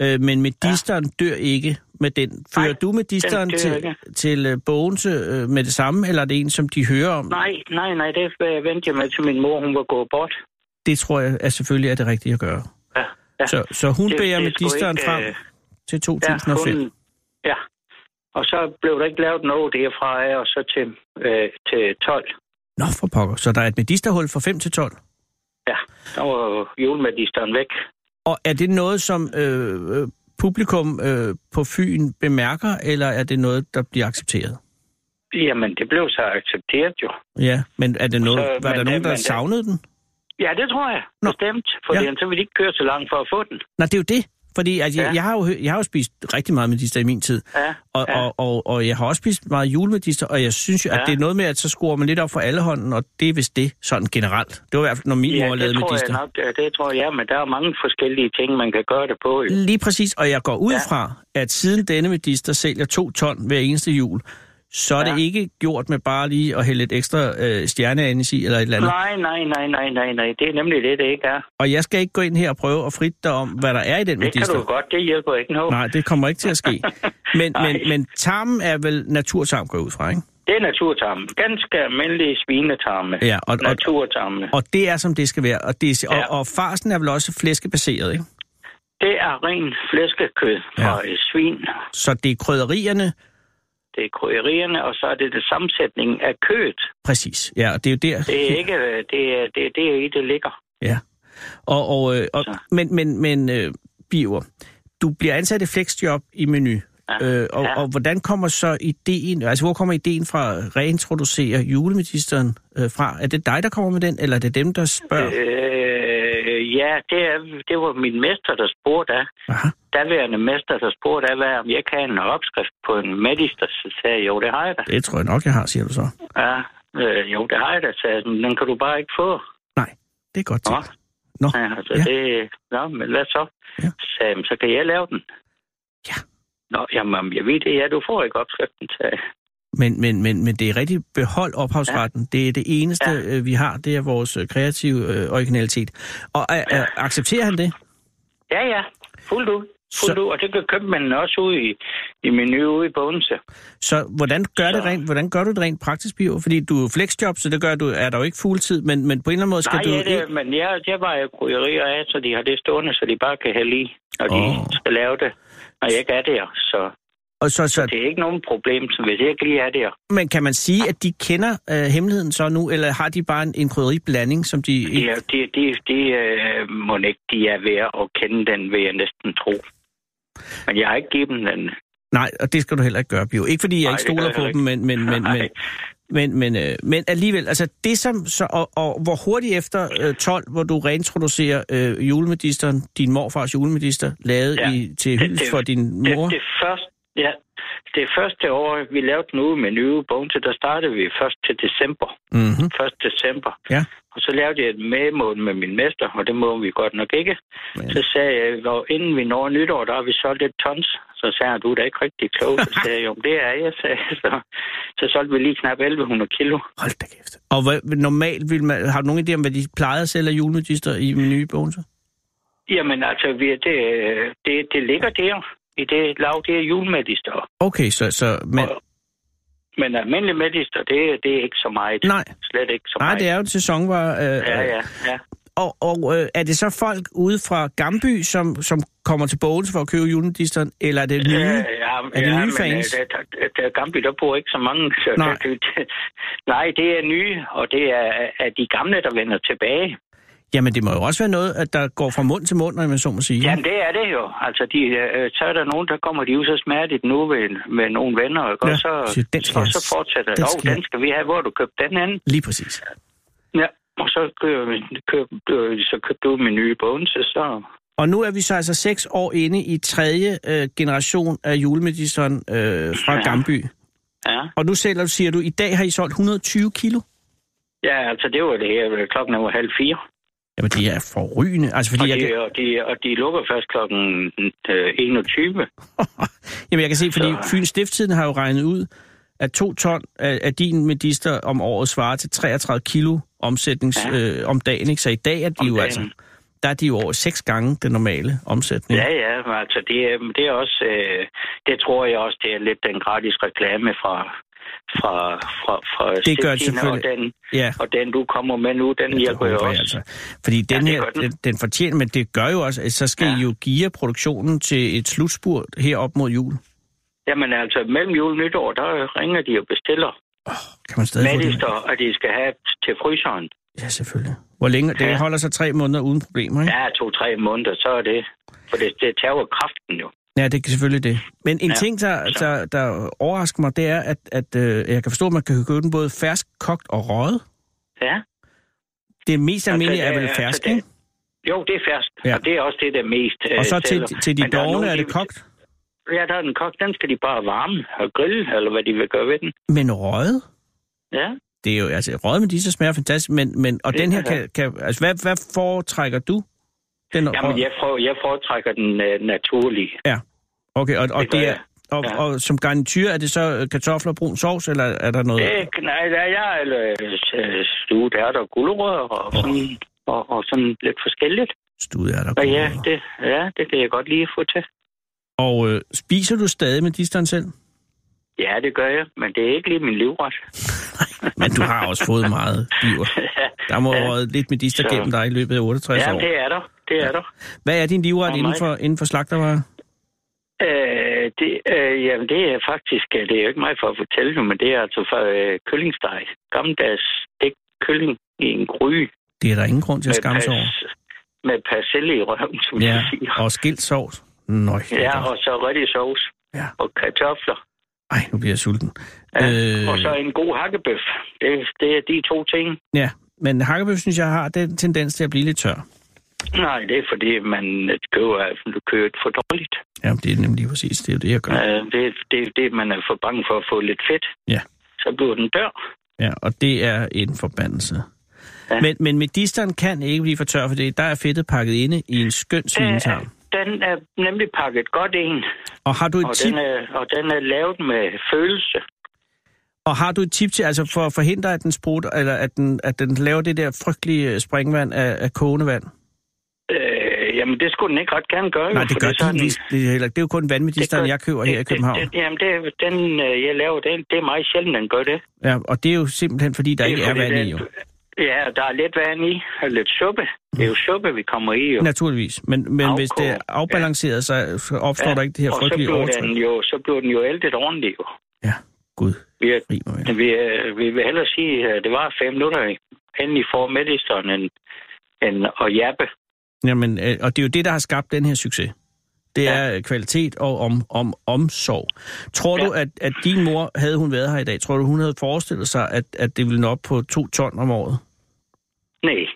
S4: Øh, men medisteren ja. dør ikke med den. Fører
S8: Nej,
S4: du medisteren
S8: den dør
S4: til,
S8: ikke.
S4: til øh, Bogense øh, med det samme, eller er det en, som de hører om?
S8: Nej, nej, nej, det øh, vendte jeg med til min mor, hun var gået bort.
S4: Det tror jeg er selvfølgelig er det rigtige at gøre.
S8: Ja, ja.
S4: Så, så hun
S8: Det-
S4: det, bærer
S8: det er sgu
S4: medisteren
S8: ikke,
S4: frem
S8: øh,
S4: til
S8: Ja,
S4: 2005.
S8: hun- ja, og så blev der ikke lavet noget derfra af, og så til, øh, til 12.
S4: Nå, for pokker. Så der er et medisterhul fra 5 til 12.
S8: Ja, der var julemedisteren væk.
S4: Og er det noget, som øh, øh, publikum øh, på Fyn bemærker, eller er det noget, der bliver accepteret?
S8: Jamen, det blev så accepteret jo.
S4: Ja, men er det noget,
S8: Så-
S4: var
S8: men
S4: der
S8: det-
S4: nogen, der
S8: men det-
S4: savnede den?
S8: Ja, det tror jeg.
S4: Nå.
S8: Bestemt. For
S4: Ja.
S8: ja. så ville de ikke køre så langt for at få den.
S4: Nej, det er jo det. Fordi altså, ja.
S8: Ja.
S4: jeg, har jo, hø- jeg har jo spist rigtig meget medister i min tid.
S8: Ja,
S4: Og,
S8: ja.
S4: og, og, og jeg har også spist meget julemedister, og jeg synes jo, at
S8: Ja.
S4: det er noget med, at så skruer man lidt op for alle hånden, og det er vist det, sådan generelt. Det var i hvert fald, når min
S8: ja,
S4: mor
S8: det
S4: lavede
S8: tror
S4: medister.
S8: jeg nok. Ja, det tror jeg, men der er mange forskellige ting, man kan gøre det på. Jo.
S4: Lige præcis, og jeg går ud
S8: Ja.
S4: fra, at siden denne medister sælger to ton hver eneste jul, så er ja. det
S8: Ja.
S4: ikke gjort med bare lige at hælde et ekstra øh, stjerneanis i eller et eller andet.
S8: Nej, nej, nej, nej, nej, nej. Det er nemlig det, det ikke er.
S4: Og jeg skal ikke gå ind her og prøve at fritte dig om, hvad der er i den
S8: Det kan
S4: medister.
S8: du godt, det hjælper ikke noget.
S4: Nej, det kommer ikke til at ske. Men,
S8: Nej.
S4: men, men tarmen er vel naturtarm, går jeg ud fra, ikke?
S8: Det er naturtarme. Ganske almindelige svinetarme.
S4: Ja, og- og-
S8: naturtarme.
S4: Og det er, som det skal være. Og, det, og,
S8: Ja.
S4: og farsen er vel også flæskebaseret, ikke?
S8: Det er ren flæskekød fra ja. svin.
S4: Så det er krydderierne,
S8: Det er krydderierne, og så er det det sammensætning af kødet.
S4: præcis. Ja, og det er jo der.
S8: Det er ikke øh, det, er, det, er, det er i det ligger.
S4: Ja. Og, og, øh, og,
S8: Så.
S4: men, men, men øh, Biver, du bliver ansat i flexjob i menu.
S8: Ja.
S4: Øh, og,
S8: Ja.
S4: og hvordan kommer så ideen, altså hvor kommer ideen fra at reintroducere julemetisteren øh, fra? Er det dig, der kommer med den, eller er det dem, der spørger? Øh,
S8: Øh, ja, det, er, det var min mester, der spurgte af.
S4: Aha.
S8: Daværende mester, der spurgte af, hvad, om jeg kan have en opskrift på en medister. Så sagde jeg, jo, det har jeg da.
S4: Det tror jeg nok, jeg har, siger du så.
S8: Ja, øh, jo, det har jeg da. Sagde jeg, men den kan du bare ikke få.
S4: Nej, det er godt
S8: Nå.
S4: tænkt. Nå,
S8: Ja, altså,
S4: Ja.
S8: ja. det... Nå, men hvad så?
S4: Ja.
S8: Ja. Sagde, jeg, "Men så kan jeg lave den.
S4: Ja.
S8: Nå, jamen, jeg ved det, ja, du får ikke opskriften, sagde jeg.
S4: Men, men, men, men det er rigtigt. Behold ophavsretten. Ja. Det er det eneste, ja.
S8: Ja.
S4: øh, vi har. Det er vores øh, kreative øh, originalitet. Og øh, øh, accepterer han det?
S8: Ja, ja, fuldt ud. Fuldt
S4: Så-
S8: ud, og det kan købe man også ude i, i menu ude i Bogense.
S4: Så hvordan gør, det
S8: Så-
S4: rent, hvordan gør du det rent praktisk, Bio? Fordi du er flexjob, så det gør du, er der jo ikke fuldtid, men, men på en eller anden måde skal
S8: Nej,
S4: du...
S8: ja, det, men jeg, jeg var jo krydderier af, så de har det stående, så de bare kan hælde i, når oh.
S4: Åh.
S8: de skal lave det. Når jeg ikke er der, så
S4: og så, så,
S8: det er ikke nogen problem, så hvis jeg ikke lige er der.
S4: men kan man sige, at de kender øh, hemmeligheden så nu, eller har de bare en, en krydderiblanding, som de...
S8: De, er- de, de, de øh, må ikke, de er ved at kende den, vil jeg næsten tro. Men jeg har ikke givet dem den.
S4: Nej, og det skal du heller ikke gøre, Bio. Ikke fordi jeg
S8: Nej,
S4: ikke
S8: det gør
S4: stoler
S8: jeg
S4: på dem, men, men, men, men,
S8: Nej.
S4: men, men, øh, men alligevel, altså det som, så, og, og hvor hurtigt efter øh, 12, hvor du reintroducerer øh, julemedisteren, din morfars julemedister, lavet ja,
S8: Ja,
S4: i, til
S8: det-
S4: hyldes
S8: det-
S4: for din
S8: Det,
S4: mor,
S8: det, første, ja, det første år, vi lavede den ude med nye Bogense, der startede vi først til december.
S4: mm-hmm.
S8: 1. december.
S4: Ja.
S8: Og så lavede jeg et medmål med min mester, og det må vi godt nok ikke.
S4: Men-
S8: Men. Så sagde jeg, hvor inden vi når nytår, der har vi solgt et tons. Så sagde han, du er da ikke rigtig klog. Så sagde jeg, jo, men det er jeg, sagde jeg. Så, så solgte vi lige knap 1100 kilo.
S4: hold da kæft. Og hvad, normalt, vil man, har du nogen idé om, hvad de plejede at sælge af julemedister i menubogen så?
S8: Jamen altså, vi, det, det, det ligger der i det lav, det er julemedister.
S4: Okay, så, så men,
S8: Og- Men almindelig medister, det, det er ikke så meget.
S4: Nej.
S8: Slet ikke så
S4: nej,
S8: meget.
S4: det er jo en sæsonvare. Øh,
S8: Ja,
S4: øh,
S8: ja, ja.
S4: Og, og øh, er det så folk ude fra Gamby, som, som kommer til Bogens for at købe julemedisteren, eller er det nye?
S8: Ja,
S4: er det
S8: ja,
S4: nye
S8: men,
S4: fans?
S8: øh, Der, der, der, Gambi, der bor ikke så mange. Så
S4: Nej.
S8: Der, der, nej, det er nye, og det er, er de gamle, der vender tilbage.
S4: Jamen, det må jo også være noget, at der går fra mund til mund, når man så må sige.
S8: Jamen, det er det jo. Altså, de, øh, så er der nogen, der kommer de ud så smertigt nu ved, med nogle venner, ikke? og
S4: Ja,
S8: så,
S4: siger, den skal
S8: og
S4: jeg-
S8: så fortsætter
S4: den
S8: den,
S4: skal
S8: skal...
S4: jeg-
S8: den skal vi have, hvor har du købte den anden.
S4: Lige præcis.
S8: Ja, og så køb, køb, øh, så købte du min nye bones, så...
S4: Og nu er vi så altså seks år inde i tredje øh, generation af julemedisteren øh, fra ja.
S8: Ja.
S4: Gamby.
S8: Ja.
S4: Og nu sælger du, siger du, i dag har I solgt 120 kilo?
S8: ja, altså, det var det her. Klokken var halv fire.
S4: Jamen, det er forrygende. Altså, fordi
S8: Og
S4: jeg,
S8: de,
S4: kan,
S8: og, de, og de lukker først klokken øh, 21.
S4: jamen, jeg kan se, fordi
S8: Så-
S4: Fyns Stifttiden har jo regnet ud, at to ton af, af din medister om året svarer til 33 kilo omsætnings ja.
S8: Ja.
S4: øh, om dagen. Ikke? Så i dag er de
S8: Om
S4: jo
S8: dagen.
S4: altså, der er de jo over seks gange den normale omsætning.
S8: Ja, ja, men altså det, er- det er også, øh, det tror jeg også, det er lidt den gratis reklame fra, fra, fra, fra
S4: Det gør det
S8: Stettin, og
S4: selvfølgelig.
S8: den,
S4: ja.
S8: og den, du kommer med nu, den
S4: Det
S8: hjælper jo
S4: håber jeg altså.
S8: også.
S4: Fordi den
S8: det
S4: her,
S8: gør den.
S4: den. den fortjener, men det gør jo også, at så skal ja.
S8: Ja.
S4: I jo geare produktionen til et slutspurt herop mod jul.
S8: Jamen altså, mellem jul og nytår, der ringer de og bestiller
S4: Kan man stadig få det?
S8: madlister, og de skal have til fryseren.
S4: Ja, selvfølgelig. Hvor længe? Det
S8: Ja.
S4: holder sig tre måneder uden problemer, ikke?
S8: Ja, to-tre måneder, så er det. For det, det tager jo kraften jo.
S4: Ja, ja det er selvfølgelig det. Men en ja.
S8: Ja,
S4: ting, der,
S8: så-
S4: der, der overrasker mig, det er, at, at øh, jeg kan forstå, at man kan købe den både fersk, kogt og røget.
S8: Ja.
S4: Det mest almindelige
S8: altså, det
S4: er vel
S8: er-
S4: fersk,
S8: altså, det-
S4: ikke?
S8: Jo, det er fersk,
S4: Ja.
S8: ja. og det er også det, der mest øh,
S4: Og så
S8: sælger.
S4: til, til de
S8: Men der
S4: dogne
S8: nogle,
S4: er det
S8: de-
S4: kogt.
S8: Ja, der er den kogt, den skal de bare varme og grille, eller hvad de vil gøre ved den.
S4: Men røget?
S8: Ja.
S4: Det er jo, altså, røget med disse smager fantastisk, men, men og
S8: Det
S4: den her
S8: er
S4: kan, kan altså, hvad, hvad foretrækker du? Den
S8: Jamen,
S4: røget?
S8: jeg, for, jeg foretrækker den øh, naturlige.
S4: Okay, og, og
S8: Det gør
S4: det er,
S8: jeg.
S4: og,
S8: Ja.
S4: og som garnityr, er det så øh, kartofler og brun sovs, eller er der noget?
S8: Øh, nej, der er jeg, eller øh, stuet er der gulerødder og sådan, og, og sådan lidt forskelligt.
S4: Studier, der
S8: Og ja
S4: gulerødder.
S8: det, ja, det kan jeg godt lige få til.
S4: Og øh, spiser du stadig med distance selv?
S8: Ja, det gør jeg, men det er ikke lige min livret.
S4: Men du har også fået meget biver. Der må have
S8: Ja.
S4: røget lidt med dister
S8: Så-
S4: gennem dig i løbet af 68
S8: Ja,
S4: år.
S8: det er der. Det er
S4: Ja.
S8: der.
S4: Hvad er din livret
S8: Og
S4: inden
S8: mig.
S4: for, inden for slagtervarer?
S8: Øh, det, øh, jamen, det er faktisk, øh, det er jo ikke mig for at fortælle nu, men det er altså for øh, kyllingsteg. Gammeldags stegt kylling i en gryde.
S4: Det er der ingen grund til at
S8: med
S4: skamme sig over.
S8: pas- Med persille i røven, som ja.
S4: Ja,
S8: de siger.
S4: og skilt sovs. Nøj,
S8: Ja,
S4: ja,
S8: og så rigtig sovs.
S4: Ja.
S8: Og kartofler.
S4: Ej, nu bliver jeg sulten.
S8: Ja.
S4: Øh,
S8: Og så en god hakkebøf. Det, det er de to ting.
S4: ja, men hakkebøf, synes jeg, har den tendens til at blive lidt tør.
S8: Nej, det er fordi, man køber, køber for dårligt.
S4: Ja, det er nemlig lige præcis, det er jo det, jeg gør.
S8: Øh, det, det er det, man er for bange for at få lidt fedt.
S4: Ja.
S8: Så bliver den dør.
S4: Ja, og det er en forbandelse. Ja.
S8: Ja.
S4: Men, men medisteren kan ikke blive for tør, for det, der er fedtet pakket inde i en skøn svinetarm.
S8: Den er nemlig pakket godt ind,
S4: Og har du et
S8: og
S4: tip,
S8: den, er, og den er lavet med følelse.
S4: og har du et tip til, altså for at forhindre, at den sprutter, eller at den, at den laver det der frygtelige øh, springvand af, af kogende vand?
S8: Øh, jamen, det skulle den ikke ret gerne gøre.
S4: Nej,
S8: jo,
S4: det
S8: for
S4: gør
S8: er sådan-
S4: de vist det er heller ikke. Det er jo kun vandmedisteren,
S8: gør-
S4: jeg køber her i
S8: det-
S4: København.
S8: Det, det, jamen, det, er- den, øh, jeg laver, den, det er meget sjældent, den gør det.
S4: Ja, og det er jo simpelthen, fordi der
S8: Det
S4: ikke er
S8: fordi,
S4: vand
S8: den-
S4: i jo.
S8: Ja, der er lidt vand i, og lidt suppe. Det er jo
S4: Mm.
S8: suppe, vi kommer i jo.
S4: Naturligvis. Men, men hvis det er
S8: Afkoger.
S4: afbalanceret, så så opstår der ikke det her
S8: og så
S4: frygtelige
S8: bliver,
S4: overtryk.
S8: den jo, så bliver den jo ældet ordentligt jo.
S4: Ja, gud.
S8: Vi, er,
S4: Fri mig vel.
S8: vi, er, vi vil hellere sige, at det var fem minutter hen i formiddagen end, end at jappe.
S4: Jamen, øh, og det er jo det, der har skabt den her succes. Det ja.
S8: Ja.
S4: er øh, kvalitet og om, om, omsorg. Tror ja.
S8: Ja.
S4: du, at, at din mor, havde hun været her i dag, tror du, hun havde forestillet sig, at, at det ville nå op på to ton om året?
S8: Nej,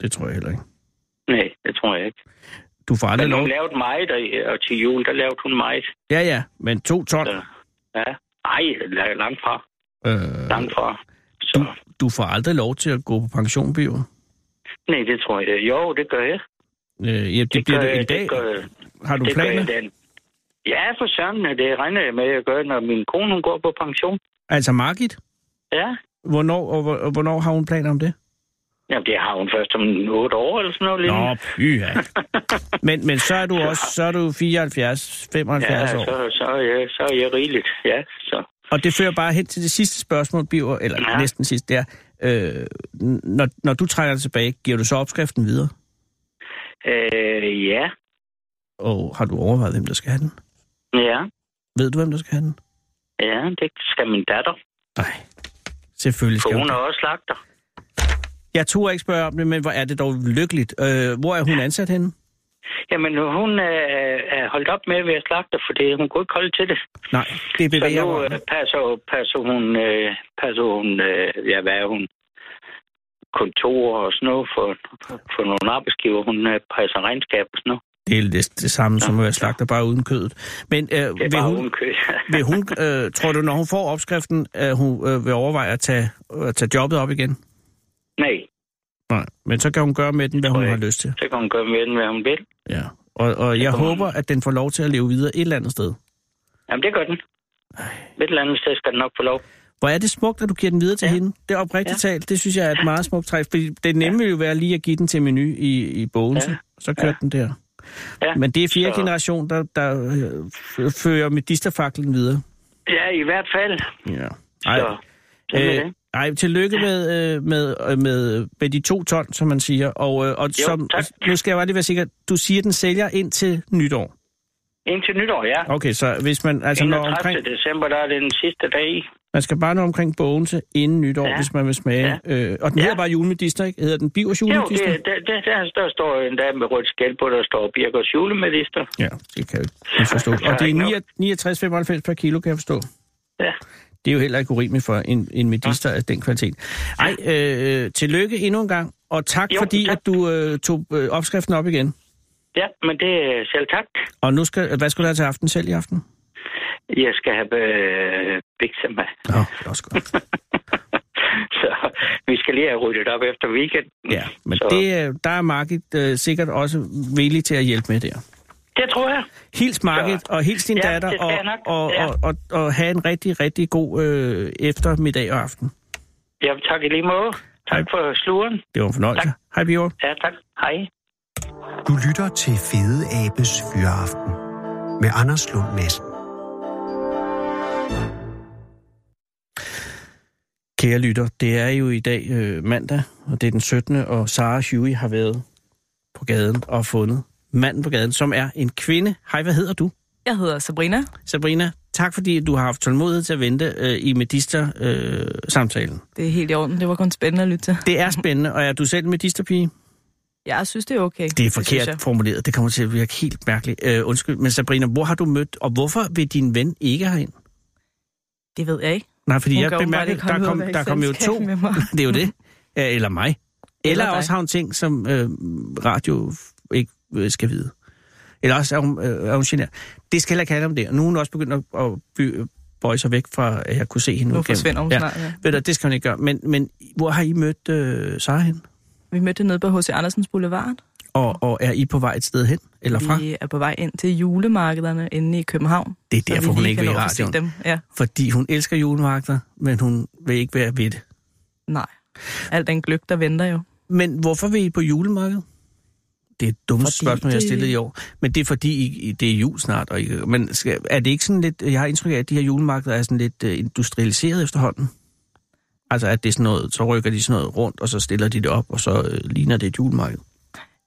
S4: Det tror jeg heller ikke.
S8: nej, det tror jeg ikke.
S4: Du får aldrig
S8: Men
S4: lov.
S8: hun lavede meget, og- og til jul, der lavede hun meget.
S4: Ja, ja, men to ton.
S8: Ja. Ja. Ej, la- langt fra.
S4: Øh,
S8: Langt fra. Så,
S4: du, du får aldrig lov til at gå på pension, Biver.
S8: nej, det tror jeg. Jo, det gør jeg.
S4: Øh, ja, det, det bliver
S8: gør,
S4: det i
S8: jeg-
S4: dag.
S8: Det gør,
S4: Har du
S8: det gør
S4: planer?
S8: jeg den. Ja, for søren, det regner jeg med at gøre, når min kone hun går på pension.
S4: Altså Margit,
S8: Ja,
S4: hvornår, og, hvor- og hvornår har hun planer om det?
S8: Jamen, det har hun først om otte år eller sådan noget. lignende.
S4: Nå, pyha. men, men så er du også så er du 74, 75
S8: ja,
S4: år.
S8: så, så, er jeg, så er jeg rigeligt. Ja, så.
S4: Og det fører bare hen til det sidste spørgsmål, Biver, eller ja.
S8: Ja.
S4: næsten sidste, det er, øh, n- når, når du trækker dig tilbage, giver du så opskriften videre?
S8: Øh, ja,
S4: Og har du overvejet, hvem der skal have den?
S8: ja,
S4: Ved du, hvem der skal have den?
S8: ja, det skal min datter.
S4: Nej. Selvfølgelig skal
S8: For
S4: hun.
S8: hun er
S4: det.
S8: også slagter.
S4: Jeg turde ikke spørge om det, men hvor er det dog lykkeligt. Øh, hvor er hun ansat henne?
S8: Jamen, hun øh, er holdt op med at være slagter, fordi hun kunne ikke holde til det.
S4: Nej, det
S8: Så
S4: bevæger
S8: nu
S4: mig.
S8: øh, passer, passer hun, øh, passer hun øh, ja, hvad er hun, kontorer og sådan noget for, for nogle arbejdsgiver. Hun øh, passer regnskab og sådan noget.
S4: Det er lidt det samme som at være slagter, bare uden kødet. Men øh,
S8: Det er
S4: vil
S8: bare
S4: hun,
S8: hun...
S4: vil hun øh, tror du, når hun får opskriften, at hun øh, vil overveje at tage, øh, tage jobbet op igen?
S8: Nej,
S4: Nej, men så kan hun gøre med den, hvad
S8: Tror
S4: hun
S8: jeg
S4: har
S8: ikke.
S4: lyst til.
S8: så kan hun gøre med den, hvad hun vil.
S4: Ja. Og, og jeg
S8: kan hun.
S4: håber, at den får lov til at leve videre et eller andet sted.
S8: Jamen, det gør den. Et eller andet sted skal den nok få lov.
S4: Hvor er det smukt, at du giver den videre til ja. hende. Det er oprigtigt ja. talt. Det synes jeg er et meget smukt træk. Fordi det nemme ville jo være lige at give den til menu i, i Bogense. Ja.
S8: Ja.
S4: Så kørte ja. den der.
S8: Ja.
S4: Men det er fjerde
S8: Så-
S4: generation, der, der øh, f- fører medisterfaklen videre.
S8: Ja, i hvert fald.
S4: Ja.
S8: Så, sådan er
S4: Øh,
S8: det.
S4: ej, tillykke med, øh, med, øh, med, med de to ton, som man siger. Og, øh, og som,
S8: tak.
S4: og nu skal jeg bare lige være sikker, du siger, den sælger indtil nytår.
S8: Indtil nytår, ja.
S4: Okay, så hvis man altså når
S8: 31.
S4: omkring,
S8: december, der er det den sidste dag.
S4: man skal bare nå omkring bogen til inden nytår, ja.
S8: Ja.
S4: hvis man vil smage. Ja. Øh, og den
S8: Ja.
S4: hedder bare julemedister, ikke? Hedder den Bivers
S8: Jo,
S4: julemedister?
S8: det, det, det, der, der står en dag med rødt skæld på, der står Birkers julemedister.
S4: Ja, det kan jeg ikke forstå.
S8: Ja,
S4: Og det
S8: ikke
S4: er 69,95 per kilo, kan jeg forstå.
S8: Ja.
S4: Det er jo heller ikke urimeligt for en, en medister af den kvalitet. Ej, øh, tillykke endnu en gang, og tak
S8: Jo,
S4: fordi,
S8: tak.
S4: at du øh, tog øh, opskriften op igen.
S8: ja, men det er selv tak.
S4: Og nu skal, hvad skal du have til aften selv i aften?
S8: Jeg skal have øh, bikser med.
S4: Nå, det er også godt.
S8: Så vi skal lige have ryddet op efter weekenden.
S4: Ja, men
S8: så,
S4: det, øh, der er markedet øh, sikkert også villig til at hjælpe med der.
S8: det tror jeg.
S4: Hils markedet, og hils din
S8: Ja,
S4: datter,
S8: det skal
S4: og,
S8: jeg nok.
S4: og,
S8: Ja.
S4: og, og, og have en rigtig, rigtig god øh, eftermiddag og aften.
S8: Ja, tak i lige måde. Tak
S4: Hej.
S8: for sluren.
S4: Det var en fornøjelse.
S8: Tak.
S4: Hej, Bjørn.
S8: Ja, tak. Hej.
S3: Du lytter til Fede Abes Fyraften med Anders Lund Madsen.
S4: Kære lytter, det er jo i dag øh, mandag, og det er den 17. Og Sara Huey har været på gaden og fundet manden på gaden, som er en kvinde. Hej, hvad hedder du?
S9: Jeg hedder Sabrina.
S4: Sabrina, tak fordi du har haft tålmodighed til at vente øh, i medister-samtalen. Øh, samtalen.
S9: Det er helt i orden. Det var kun spændende at lytte til.
S4: det er spændende, og er du selv medisterpige?
S9: Jeg synes, det er okay.
S4: Det er
S9: synes
S4: forkert
S9: jeg.
S4: det formuleret. Det kommer til at virke helt mærkeligt. Øh, undskyld, men Sabrina, hvor har du mødt, og hvorfor vil din ven ikke herind?
S9: Det ved jeg ikke.
S4: Nej, fordi
S9: Hun
S4: jeg
S9: kan åbenbart
S4: bemærkede,
S9: ikke holde
S4: der
S9: ud at
S4: kom,
S9: være i
S4: der kom jo
S9: selskab
S4: to
S9: Med mig.
S4: Det er jo det. Ja, Eller mig. Eller,
S9: Eller
S4: Eller
S9: dig.
S4: også har hun ting, som øh, radio f- ikke øh, skal vide. Eller også er hun, øh, er hun genert. Det skal heller ikke handle om det. Og nu er hun også begyndt at, at by, bøje sig væk fra, at jeg kunne se hende
S9: Nu
S4: igennem.
S9: forsvinder hun
S4: ja.
S9: snart. Ja.
S4: Ved du, det skal hun ikke gøre. Men, men hvor har I mødt øh, Sara hen?
S9: Vi mødte nede på H.C. Andersens Boulevard.
S4: Og, og er I på vej et sted hen? Eller fra?
S9: Vi er på vej ind til julemarkederne inde i København.
S4: Det er
S9: så
S4: derfor,
S9: vi
S4: hun
S9: lige
S4: ikke
S9: kan
S4: vil i
S9: nå at få set
S4: radioen.
S9: Dem. Ja,
S4: Fordi hun elsker julemarkeder, men hun vil ikke være ved det.
S9: nej. Al den gløk, der venter jo.
S4: Men hvorfor vil I på julemarkedet? Det er et dumt
S9: Fordi
S4: spørgsmål, jeg har
S9: det-
S4: stillet i år. Men det er fordi, I, I- det er jul snart. Og I, men skal, er det ikke sådan lidt... Jeg har indtryk af, at de her julemarkeder er sådan lidt uh, industrialiseret efterhånden. Altså, at det er sådan noget... Så rykker de sådan noget rundt, og så stiller de det op, og så øh, ligner det et julemarked.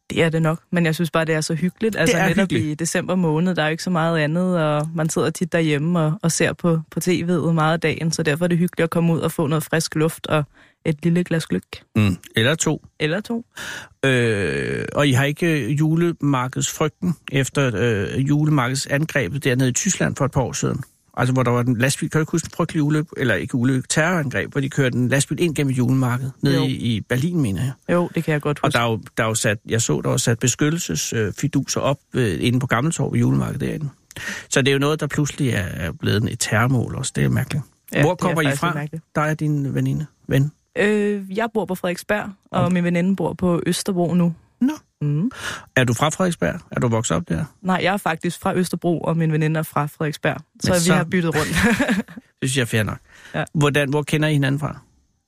S9: Det er det nok, men jeg synes bare, det er så hyggeligt. Altså
S4: er
S9: netop
S4: hyggeligt.
S9: i december måned, der er jo ikke så meget andet, og man sidder tit derhjemme og, og ser på, på tv'et meget af dagen, så derfor er det hyggeligt at komme ud og få noget frisk luft og et lille glas gløk.
S4: Mm. Eller to.
S9: Eller to.
S4: Øh, og I har ikke øh, julemarkedsfrygten efter øh, julemarkedsangrebet dernede i Tyskland for et par år siden. Altså, hvor der var en lastbil, kan du ikke huske en frygtelig ulykke, eller ikke ulykke, terrorangreb, hvor de kørte en lastbil ind gennem julemarkedet, ned
S9: Jo.
S4: i, i, Berlin, mener jeg.
S9: Jo, det kan jeg godt
S4: Og
S9: huske.
S4: der er jo, der er jo sat, jeg så, der var sat beskyttelsesfiduser op øh, inde på Gammeltorv i julemarkedet derinde. Så det er jo noget, der pludselig er, er blevet en- et terrormål også, det er mærkeligt. Ja,
S9: Ja,
S4: hvor
S9: det er
S4: kommer I
S9: faktisk lidt
S4: fra?
S9: mærkeligt.
S4: Der er din veninde, ven.
S9: Øh, jeg bor på Frederiksberg, og min veninde bor på Østerbro nu.
S4: Nå.
S9: Mm.
S4: Er du fra Frederiksberg? Er du vokset op der?
S9: Nej, jeg er faktisk fra Østerbro, og min veninde er fra Frederiksberg. Så vi
S4: så-
S9: har byttet rundt
S4: Det synes jeg er fair nok. Ja.
S9: Ja.
S4: Hvordan, hvor kender I hinanden fra?